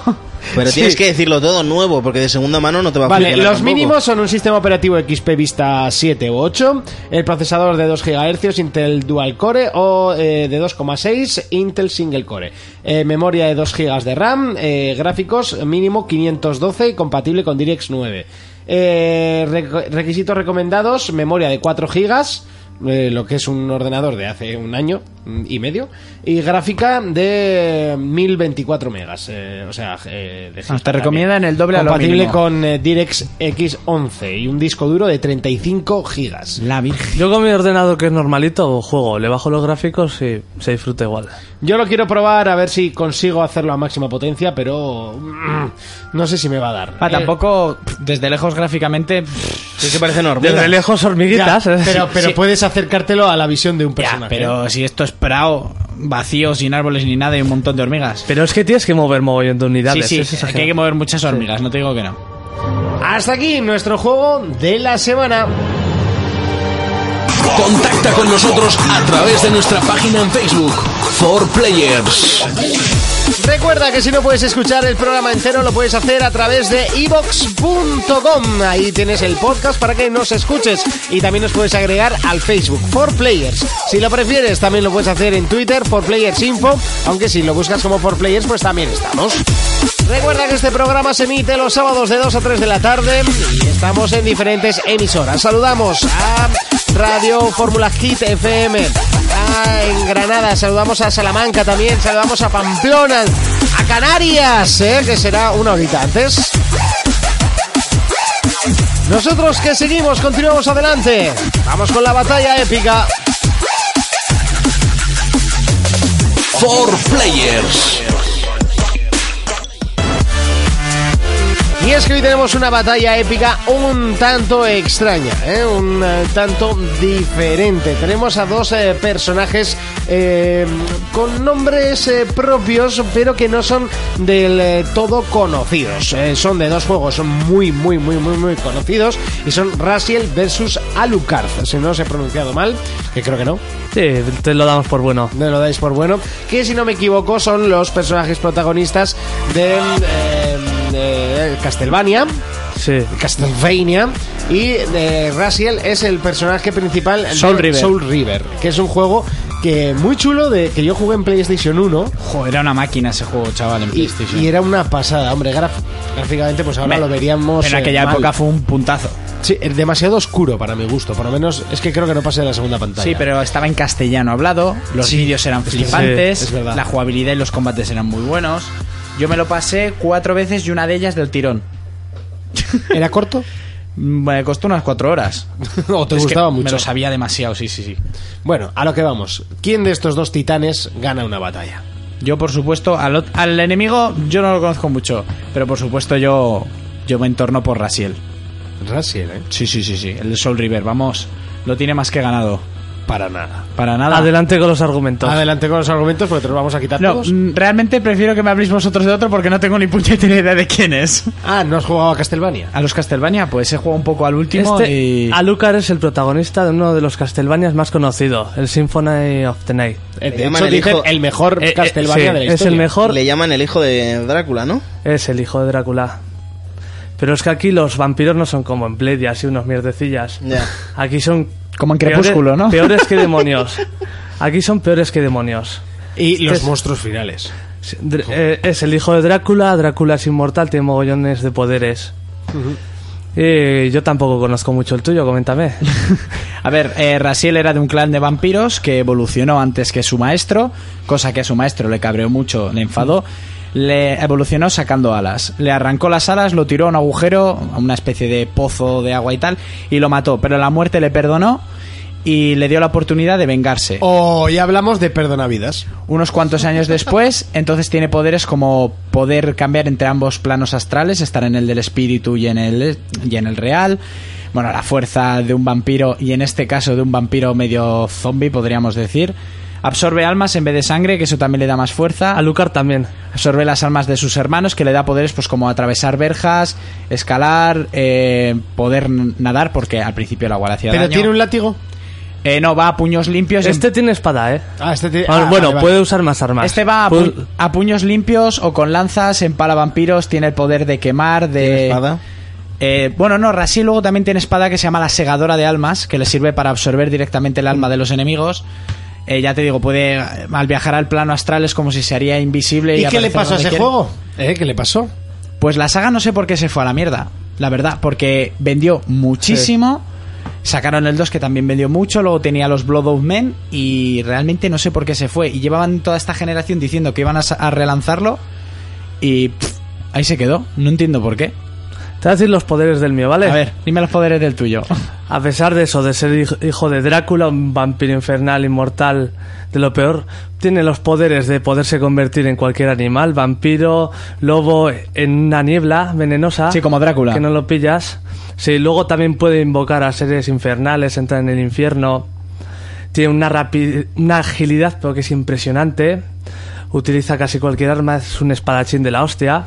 [SPEAKER 5] Pero tienes que decirlo todo nuevo, porque de segunda mano no te va a
[SPEAKER 1] Vale,
[SPEAKER 5] funcionar
[SPEAKER 1] los
[SPEAKER 5] tampoco.
[SPEAKER 1] mínimos son un sistema operativo XP Vista 7 u 8, el procesador de 2 GHz Intel Dual Core o eh, de 2,6 Intel Single Core, eh, memoria de 2 GB de RAM, eh, gráficos mínimo 512 y compatible con DirectX 9. Eh, reco- requisitos recomendados, memoria de 4 GB, eh, lo que es un ordenador de hace un año mm, y medio y gráfica de 1024 megas eh, o sea eh, de
[SPEAKER 4] Nos Ah, te recomiendan el doble a lo
[SPEAKER 1] compatible
[SPEAKER 4] mínimo.
[SPEAKER 1] con eh, DirectX 11 y un disco duro de 35 gigas
[SPEAKER 4] La Virgen.
[SPEAKER 6] Yo con mi ordenador que es normalito juego, le bajo los gráficos y se disfruta igual.
[SPEAKER 1] yo lo quiero probar a ver si consigo hacerlo a máxima potencia pero mm, no sé si me va a dar
[SPEAKER 4] Ah,
[SPEAKER 1] Eh,
[SPEAKER 4] tampoco, pff, desde lejos gráficamente, pff,
[SPEAKER 5] Es que parecen hormigas.
[SPEAKER 6] Desde lejos hormiguitas.
[SPEAKER 1] Ya,
[SPEAKER 6] ¿eh?
[SPEAKER 1] pero pero
[SPEAKER 4] Sí.
[SPEAKER 1] puedes acercártelo a la visión de un
[SPEAKER 4] pues
[SPEAKER 1] personaje.
[SPEAKER 4] pero si esto es prao, vacío, sin árboles ni nada y un montón de hormigas.
[SPEAKER 6] Pero es que tienes que mover mogollón de
[SPEAKER 4] Sí,
[SPEAKER 6] unidades.
[SPEAKER 4] sí,
[SPEAKER 6] es
[SPEAKER 4] aquí hay que
[SPEAKER 6] exagerado.
[SPEAKER 4] mover muchas hormigas, no te digo que no.
[SPEAKER 1] Hasta aquí nuestro juego de la semana.
[SPEAKER 11] Contacta con nosotros a través de nuestra página en Facebook, For Players.
[SPEAKER 1] Recuerda que si no puedes escuchar el programa entero lo puedes hacer a través de evox.com. Ahí tienes el podcast para que nos escuches y también nos puedes agregar al Facebook For Players. Si lo prefieres también lo puedes hacer en Twitter For Players Info, aunque si lo buscas como For Players pues también estamos. Recuerda que este programa se emite los sábados de 2 a 3 de la tarde y estamos en diferentes emisoras. Saludamos a Radio Fórmula Hit FM, a en Granada, saludamos a Salamanca también, saludamos a Pamplona, a Canarias, ¿eh? que será una horita antes. Nosotros que seguimos, continuamos adelante. Vamos con la batalla épica.
[SPEAKER 11] For Players.
[SPEAKER 1] Y es que hoy tenemos una batalla épica un tanto extraña, ¿eh? un eh, tanto diferente. Tenemos a dos eh, personajes eh, con nombres eh, propios, pero que no son del eh, todo conocidos. Eh, son de dos juegos muy, muy, muy, muy, muy conocidos y son Raziel versus Alucard. Si no os he pronunciado mal, que creo que no.
[SPEAKER 6] Sí, te lo damos por bueno.
[SPEAKER 1] No lo dais por bueno. Que si no me equivoco son los personajes protagonistas de eh, eh, Castlevania.
[SPEAKER 6] Sí.
[SPEAKER 1] Castlevania. Y eh, Raziel es el personaje principal de
[SPEAKER 4] Soul River.
[SPEAKER 1] Soul River, que es un juego que muy chulo de que yo jugué en PlayStation 1
[SPEAKER 4] Joder, era una máquina ese juego, chaval, en
[SPEAKER 1] y,
[SPEAKER 4] PlayStation.
[SPEAKER 1] y era una pasada, hombre, graf- gráficamente pues ahora
[SPEAKER 4] Me-
[SPEAKER 1] lo veríamos
[SPEAKER 4] En
[SPEAKER 1] eh,
[SPEAKER 4] aquella
[SPEAKER 1] mal.
[SPEAKER 4] época fue un puntazo.
[SPEAKER 1] Sí, eh, demasiado oscuro para mi gusto, por lo menos es que creo que no pasé de la segunda pantalla.
[SPEAKER 4] Sí, pero estaba en castellano hablado, los vídeos eran flipantes,
[SPEAKER 1] sí, es verdad.
[SPEAKER 4] la jugabilidad y los combates eran muy buenos. Yo me lo pasé cuatro veces y una de ellas del tirón. Mm,
[SPEAKER 1] ¿Era corto?
[SPEAKER 4] Me costó unas cuatro horas.
[SPEAKER 1] ¿O te
[SPEAKER 4] Es que
[SPEAKER 1] gustaba
[SPEAKER 4] Me
[SPEAKER 1] mucho?
[SPEAKER 4] lo sabía demasiado, sí, sí, sí.
[SPEAKER 1] Bueno, a lo que vamos. ¿Quién de estos dos titanes gana una batalla?
[SPEAKER 4] Yo, por supuesto, al, ot- al enemigo yo no lo conozco mucho, pero por supuesto yo, yo me entorno por Rasiel.
[SPEAKER 1] Raziel, ¿eh?
[SPEAKER 4] Sí, sí, sí, sí. El Soul River, vamos. Lo tiene más que ganado.
[SPEAKER 1] Para nada.
[SPEAKER 4] Para nada.
[SPEAKER 1] Ah.
[SPEAKER 6] Adelante con los argumentos.
[SPEAKER 1] Adelante con los argumentos porque te los vamos a quitar
[SPEAKER 4] No,
[SPEAKER 1] todos.
[SPEAKER 4] mm, realmente prefiero que me habléis vosotros de otro porque no tengo ni puñetera idea de quién es.
[SPEAKER 1] Ah, ¿no has jugado a Castlevania?
[SPEAKER 4] A los Castlevania, pues he jugado un poco al último
[SPEAKER 6] Este,
[SPEAKER 4] y...
[SPEAKER 6] Alucard es el protagonista de uno de los Castlevanias más conocido, el Symphony of the Night.
[SPEAKER 1] Eh, De
[SPEAKER 5] llaman
[SPEAKER 1] hecho,
[SPEAKER 5] el
[SPEAKER 1] dicen
[SPEAKER 5] hijo-
[SPEAKER 1] el mejor
[SPEAKER 6] Eh, eh,
[SPEAKER 1] Castlevania
[SPEAKER 6] sí,
[SPEAKER 1] de la historia.
[SPEAKER 6] es el mejor,
[SPEAKER 5] Le llaman el hijo de Drácula, ¿no?
[SPEAKER 6] es el hijo de Drácula. Pero es que aquí los vampiros no son como en Blade y así unos mierdecillas.
[SPEAKER 5] Ya.
[SPEAKER 6] Aquí son
[SPEAKER 4] Como en
[SPEAKER 6] peores-
[SPEAKER 4] Crepúsculo, ¿no?
[SPEAKER 6] Peores que demonios. Aquí son peores que demonios.
[SPEAKER 1] Y los
[SPEAKER 6] Es-
[SPEAKER 1] monstruos finales.
[SPEAKER 6] Sí, Dr- eh, es el hijo de Drácula, Drácula es inmortal, tiene mogollones de poderes. Eh, yo tampoco conozco mucho el tuyo, coméntame.
[SPEAKER 4] A ver, eh, Raziel era de un clan de vampiros que evolucionó antes que su maestro, cosa que a su maestro le cabreó mucho, le enfadó. Le evolucionó sacando alas. Le arrancó las alas, lo tiró a un agujero, a una especie de pozo de agua y tal, y lo mató. Pero la muerte le perdonó y le dio la oportunidad de vengarse.
[SPEAKER 1] O ya hablamos de Perdonavidas.
[SPEAKER 4] unos cuantos años después, entonces tiene poderes como poder cambiar entre ambos planos astrales, estar en el del espíritu y en el, y en el real. Bueno, la fuerza de un vampiro, y en este caso de un vampiro medio zombie, podríamos decir. Absorbe almas en vez de sangre, que eso también le da más fuerza.
[SPEAKER 6] Alucard también.
[SPEAKER 4] Absorbe las almas de sus hermanos, que le da poderes pues como atravesar verjas, escalar, eh, poder n- nadar, porque al principio el agua le hacía
[SPEAKER 1] ¿Pero
[SPEAKER 4] daño.
[SPEAKER 1] tiene un látigo?
[SPEAKER 4] Eh, no, va a puños limpios. en-
[SPEAKER 6] Este tiene espada, ¿eh?
[SPEAKER 1] Ah, este tiene...
[SPEAKER 6] Ah,
[SPEAKER 1] ah,
[SPEAKER 6] bueno,
[SPEAKER 1] vale, vale.
[SPEAKER 6] puede usar más armas. Pues,
[SPEAKER 4] Este va a,
[SPEAKER 1] Pues-
[SPEAKER 6] Pu-
[SPEAKER 4] pu- a puños limpios o con lanzas, empala vampiros, tiene el poder de quemar, de...
[SPEAKER 5] Espada.
[SPEAKER 4] Eh, bueno, no, Rasil luego también tiene espada que se llama la segadora de almas, que le sirve para absorber directamente el alma de los enemigos. Eh, ya te digo, puede, eh, al viajar al plano astral es como si se haría invisible.
[SPEAKER 1] ¿Y, qué
[SPEAKER 4] aparecer
[SPEAKER 1] le pasó a
[SPEAKER 4] donde
[SPEAKER 1] ese
[SPEAKER 4] quiere.
[SPEAKER 1] juego? ¿Eh? ¿Qué le pasó?
[SPEAKER 4] Pues la saga no sé por qué se fue a la mierda, la verdad, porque vendió muchísimo. Sacaron el 2 que también vendió mucho, luego tenía los Blood of Men y realmente no sé por qué se fue. Y llevaban toda esta generación diciendo que iban a, sa- a relanzarlo y pff, ahí se quedó, no entiendo por qué.
[SPEAKER 6] Te voy a decir los poderes del mío, ¿vale?
[SPEAKER 4] A ver, dime los poderes del tuyo.
[SPEAKER 6] A pesar de eso, de ser hij- hijo de Drácula, un vampiro infernal, inmortal, de lo peor, tiene los poderes de poderse convertir en cualquier animal, vampiro, lobo, en una niebla venenosa.
[SPEAKER 4] Sí, como Drácula.
[SPEAKER 6] Que no lo pillas. Sí, luego también puede invocar a seres infernales, entrar en el infierno. Tiene una, rapi- una agilidad, pero que es impresionante. Utiliza casi cualquier arma, es un espadachín de la hostia.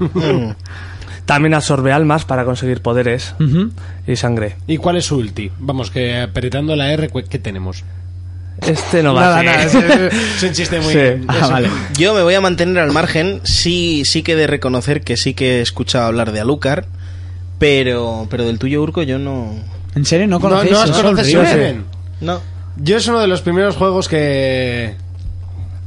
[SPEAKER 5] mm.
[SPEAKER 6] También absorbe almas para conseguir poderes y sangre.
[SPEAKER 1] ¿Y cuál es su ulti? Vamos, que apretando la R, ¿qué tenemos?
[SPEAKER 6] Este no va
[SPEAKER 1] nada,
[SPEAKER 6] a ser.
[SPEAKER 1] Ah, nada, es, es un chiste muy...
[SPEAKER 6] Sí.
[SPEAKER 4] Ah,
[SPEAKER 1] es un-
[SPEAKER 5] Yo me voy a mantener al margen. Sí, sí que de reconocer que sí que he escuchado hablar de Alucard, pero, pero del tuyo, Urco, yo no.
[SPEAKER 4] ¿En serio? ¿No conocéis?
[SPEAKER 1] no, no os
[SPEAKER 4] Sol
[SPEAKER 1] conoces
[SPEAKER 4] River?
[SPEAKER 1] Seven.
[SPEAKER 5] No.
[SPEAKER 1] Yo es uno de los primeros juegos que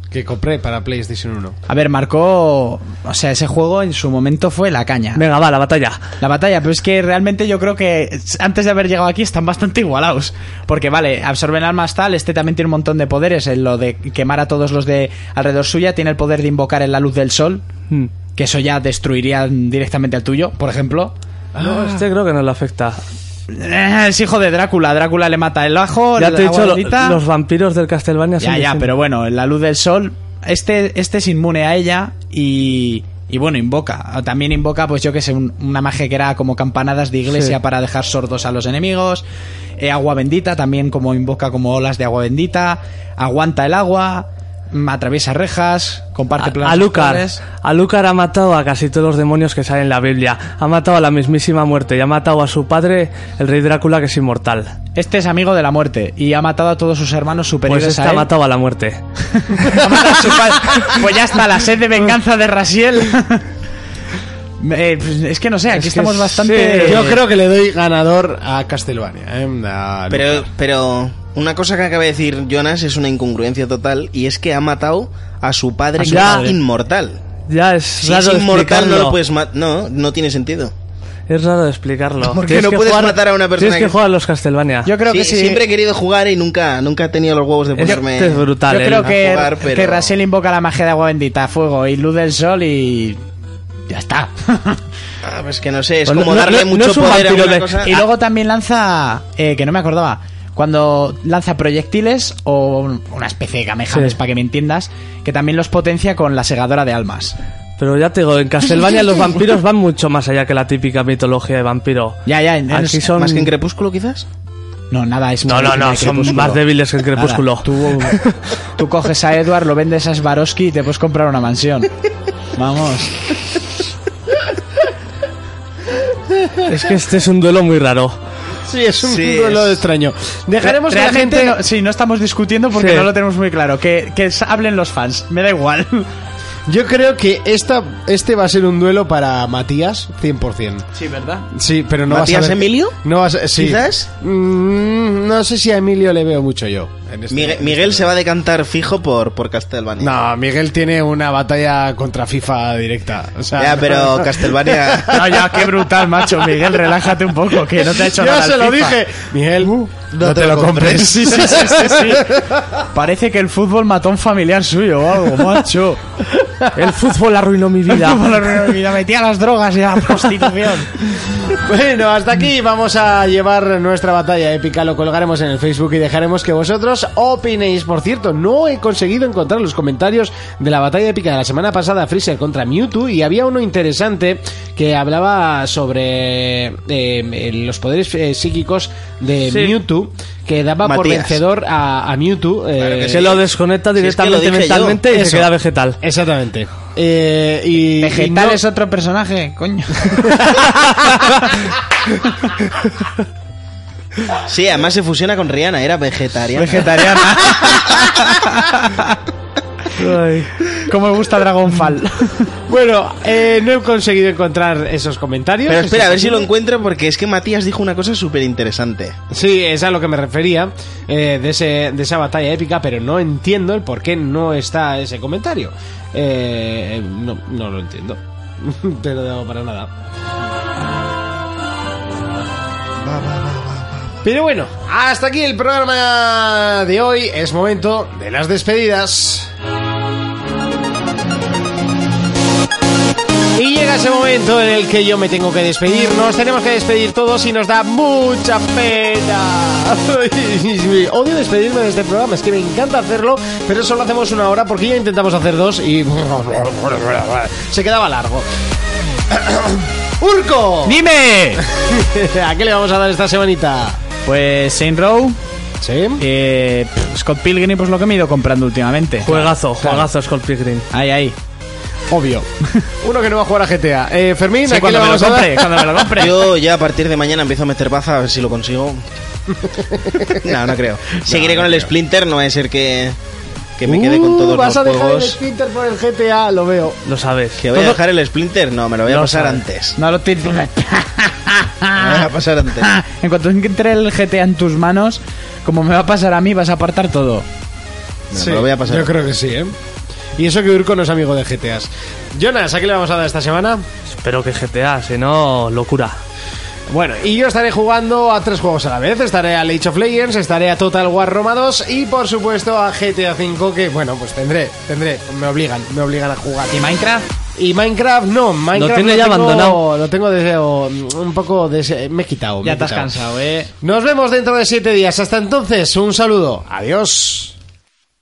[SPEAKER 1] que compré para PlayStation 1.
[SPEAKER 4] A ver, marcó... O sea, ese juego en su momento fue la caña.
[SPEAKER 6] Venga, va, la batalla.
[SPEAKER 4] La batalla, pero es que realmente yo creo que antes de haber llegado aquí están bastante igualados. Porque vale, absorben almas tal, este también tiene un montón de poderes. En lo de quemar a todos los de alrededor suya, tiene el poder de invocar en la luz del sol,
[SPEAKER 6] Mm.
[SPEAKER 4] que eso ya destruiría directamente al tuyo, por ejemplo.
[SPEAKER 6] No, este creo que no le afecta.
[SPEAKER 4] Eh, Es hijo de Drácula, Drácula le mata el ajo,
[SPEAKER 6] Ya
[SPEAKER 4] la
[SPEAKER 6] te he dicho, lo-
[SPEAKER 4] abuelita.
[SPEAKER 6] los vampiros del Castlevania son
[SPEAKER 4] Ya, ya,
[SPEAKER 6] distintos.
[SPEAKER 4] pero bueno, en la luz del sol, este, este es inmune a ella y, y bueno, invoca. También invoca, pues yo que sé, un- una magia que era como campanadas de iglesia
[SPEAKER 6] Sí.
[SPEAKER 4] para dejar sordos a los enemigos. Eh, agua bendita, también como invoca como olas de agua bendita. Aguanta el agua, mm, atraviesa rejas, comparte
[SPEAKER 6] A-
[SPEAKER 4] planos
[SPEAKER 6] Alucard,
[SPEAKER 4] oscures.
[SPEAKER 6] Alucard ha matado a casi todos los demonios que salen en la Biblia. Ha matado a la mismísima muerte y ha matado a su padre, el rey Drácula, que es inmortal.
[SPEAKER 4] Este es amigo de la muerte y ha matado a todos sus hermanos superiores
[SPEAKER 6] Pues este
[SPEAKER 4] a
[SPEAKER 6] ha
[SPEAKER 4] él.
[SPEAKER 6] matado a la muerte.
[SPEAKER 4] Ha matado a su padre. Pues ya está, la sed de venganza de Rasiel. Eh, pues es que no sé, aquí
[SPEAKER 6] que
[SPEAKER 4] estamos
[SPEAKER 6] sí.
[SPEAKER 4] bastante.
[SPEAKER 1] Yo creo que le doy ganador a Castlevania. ¿eh? A-
[SPEAKER 5] Pero, pero una cosa que acaba de decir Jonas es una incongruencia total y es que ha matado a su padre que
[SPEAKER 6] Ya.
[SPEAKER 5] es inmortal.
[SPEAKER 6] Ya es
[SPEAKER 5] Si
[SPEAKER 6] raro
[SPEAKER 5] es inmortal no
[SPEAKER 6] explicarlo.
[SPEAKER 5] lo puedes matar. No, no tiene sentido.
[SPEAKER 6] Es raro explicarlo.
[SPEAKER 5] Porque
[SPEAKER 6] Tienes
[SPEAKER 5] no
[SPEAKER 6] que
[SPEAKER 5] puedes
[SPEAKER 6] jugar-
[SPEAKER 5] matar a una persona
[SPEAKER 6] Tienes que,
[SPEAKER 5] que-
[SPEAKER 6] jugar a los Castlevania.
[SPEAKER 4] Yo creo
[SPEAKER 5] Sí,
[SPEAKER 4] que sí.
[SPEAKER 5] Siempre he querido jugar y nunca, nunca he tenido los huevos de ponerme.
[SPEAKER 6] Este es brutal.
[SPEAKER 4] Yo
[SPEAKER 6] ¿eh?
[SPEAKER 4] creo que,
[SPEAKER 5] a jugar, pero-
[SPEAKER 4] que Rasiel invoca la magia de agua bendita, fuego y luz del sol y. Ya está.
[SPEAKER 5] Ah, pues que no sé, es
[SPEAKER 6] Pues no-
[SPEAKER 5] como
[SPEAKER 6] no-
[SPEAKER 5] darle
[SPEAKER 6] no- no
[SPEAKER 5] mucho
[SPEAKER 6] es un
[SPEAKER 5] poder a
[SPEAKER 6] vampiro
[SPEAKER 5] una
[SPEAKER 6] de-
[SPEAKER 5] cosa.
[SPEAKER 4] y luego también lanza. eh, que no me acordaba. Cuando lanza proyectiles o un- una especie de camejames,
[SPEAKER 6] Sí.
[SPEAKER 4] para que me entiendas, que también los potencia con la segadora de almas.
[SPEAKER 6] Pero ya te digo, en Castlevania los vampiros van mucho más allá que la típica mitología de vampiro.
[SPEAKER 4] Ya, ya, en- en-
[SPEAKER 6] Aquí son...
[SPEAKER 5] Ah, Más que en Crepúsculo, quizás.
[SPEAKER 4] No, nada, es
[SPEAKER 6] No, no, no, son más débiles que el
[SPEAKER 4] Nada,
[SPEAKER 6] crepúsculo.
[SPEAKER 4] tú, tú coges a Edward, lo vendes a Swarovski y te puedes comprar una mansión. Vamos.
[SPEAKER 6] Es que este es un duelo muy raro.
[SPEAKER 1] Sí, es un
[SPEAKER 5] Sí,
[SPEAKER 1] duelo
[SPEAKER 5] es-
[SPEAKER 1] extraño. Dejaremos que la
[SPEAKER 4] Realmente
[SPEAKER 1] gente...
[SPEAKER 4] no- sí, no estamos discutiendo porque
[SPEAKER 6] Sí.
[SPEAKER 4] no lo tenemos muy claro. Que, que s- hablen los fans, me da igual.
[SPEAKER 1] Yo creo que esta, este va a ser un duelo para Matías 100%.
[SPEAKER 4] Sí, ¿verdad?
[SPEAKER 1] Sí, pero no
[SPEAKER 5] ¿Matías
[SPEAKER 1] vas a ver-
[SPEAKER 5] Emilio?
[SPEAKER 1] No vas a- sí.
[SPEAKER 5] ¿Quizás?
[SPEAKER 1] Mm, no sé si a Emilio le veo mucho yo. en este-
[SPEAKER 5] Miguel, Miguel se va a decantar fijo por, por Castlevania.
[SPEAKER 1] No, Miguel tiene una batalla contra FIFA directa. O sea,
[SPEAKER 5] Ya, pero Castlevania.
[SPEAKER 4] No, ya, qué brutal, macho. Miguel, relájate un poco, que no te ha hecho
[SPEAKER 1] Yo
[SPEAKER 4] nada. el
[SPEAKER 1] se lo
[SPEAKER 4] FIFA.
[SPEAKER 1] dije. Miguel, no, te, lo compres.
[SPEAKER 4] Sí, sí, sí, sí, sí. Parece que el fútbol mató a un familiar suyo o algo, macho.
[SPEAKER 6] El fútbol arruinó mi vida.
[SPEAKER 4] Me metía las drogas y a la prostitución.
[SPEAKER 1] Bueno, hasta aquí vamos a llevar nuestra batalla épica. Lo colgaremos en el Facebook y dejaremos que vosotros opinéis. Por cierto, no he conseguido encontrar los comentarios de la batalla épica de la semana pasada, Freezer contra Mewtwo, y había uno interesante que hablaba sobre eh, eh, los poderes eh, psíquicos de
[SPEAKER 6] Sí.
[SPEAKER 1] Mewtwo, que daba por
[SPEAKER 5] Matías.
[SPEAKER 1] vencedor a, a Mewtwo. eh,
[SPEAKER 6] Se lo desconecta
[SPEAKER 5] Si es que lo
[SPEAKER 6] directamente
[SPEAKER 5] dije
[SPEAKER 6] mentalmente
[SPEAKER 5] yo.
[SPEAKER 6] y se
[SPEAKER 5] Eso.
[SPEAKER 6] queda vegetal.
[SPEAKER 1] Exactamente. Eh, y,
[SPEAKER 4] Vegetal
[SPEAKER 1] y no-
[SPEAKER 4] es otro personaje, coño.
[SPEAKER 5] Sí, además se fusiona con Rihanna, era vegetariana.
[SPEAKER 4] Vegetariana.
[SPEAKER 6] Ay.
[SPEAKER 4] Como me gusta Dragonfall.
[SPEAKER 1] Bueno, eh, no he conseguido encontrar esos comentarios.
[SPEAKER 5] Pero espera, a ver si lo encuentro porque es que Matías dijo una cosa súper interesante.
[SPEAKER 1] Sí, es a lo que me refería eh, de, ese, de esa batalla épica, pero no entiendo el por qué no está ese comentario. Eh, no, no lo entiendo. pero no, para nada. Pero bueno, hasta aquí el programa de hoy. Es momento de las despedidas. Y llega ese momento en el que yo me tengo que despedir. Nos tenemos que despedir todos y nos da mucha pena. Odio despedirme de este programa, es que me encanta hacerlo, pero solo hacemos una hora porque ya intentamos hacer dos y se quedaba largo. ¡Urco!
[SPEAKER 4] ¡Dime!
[SPEAKER 1] ¿A qué le vamos a dar esta semanita?
[SPEAKER 4] Pues Saint Row.
[SPEAKER 1] Sí.
[SPEAKER 4] Eh, pff, Scott Pilgrim, pues lo que me he ido comprando últimamente.
[SPEAKER 6] Juegazo, juegazo Scott Pilgrim.
[SPEAKER 4] Ahí, ahí.
[SPEAKER 1] Obvio. Uno que no va a jugar a GTA. Eh, Fermín,
[SPEAKER 4] Sí,
[SPEAKER 1] ¿a qué le
[SPEAKER 4] cuando me lo
[SPEAKER 1] vamos a dar?
[SPEAKER 4] compre, cuando me lo compre.
[SPEAKER 5] Yo ya a partir de mañana empiezo a meter baza a ver si lo consigo. No, no creo. Seguiré con el Splinter, no va a ser que, que me quede con
[SPEAKER 1] Uh,
[SPEAKER 5] todos
[SPEAKER 1] vas
[SPEAKER 5] los
[SPEAKER 1] a dejar el
[SPEAKER 5] juegos.
[SPEAKER 1] Splinter por el GTA, lo veo.
[SPEAKER 6] Lo sabes.
[SPEAKER 5] ¿Que voy a dejar el Splinter? No, me lo voy a
[SPEAKER 6] No
[SPEAKER 5] pasar
[SPEAKER 6] sabes.
[SPEAKER 5] antes.
[SPEAKER 4] No lo tires.
[SPEAKER 1] Ah.
[SPEAKER 5] Me lo voy a pasar antes.
[SPEAKER 4] En cuanto entre el GTA en tus manos, como me va a pasar a mí, vas a apartar todo.
[SPEAKER 5] No, me lo voy a pasar.
[SPEAKER 1] Yo creo que sí, ¿eh? Y eso que Urco no es amigo de GTAs. Jonas, ¿a qué le vamos a dar esta semana?
[SPEAKER 6] Espero que GTA, si no, locura.
[SPEAKER 1] Bueno, y yo estaré jugando a tres juegos a la vez. Estaré a Age of Legends, estaré a Total War Roma 2 y por supuesto a GTA 5 que bueno, pues tendré, tendré, me obligan, me obligan a jugar.
[SPEAKER 4] ¿Y Minecraft?
[SPEAKER 1] Y Minecraft no, Minecraft
[SPEAKER 6] tiene ya
[SPEAKER 1] tengo-
[SPEAKER 6] abandonado.
[SPEAKER 1] Lo tengo deseo un poco de me he quitado. me he
[SPEAKER 4] Ya te has
[SPEAKER 1] quitado.
[SPEAKER 4] cansado, eh.
[SPEAKER 1] Nos vemos dentro de siete días. Hasta entonces, un saludo. Adiós.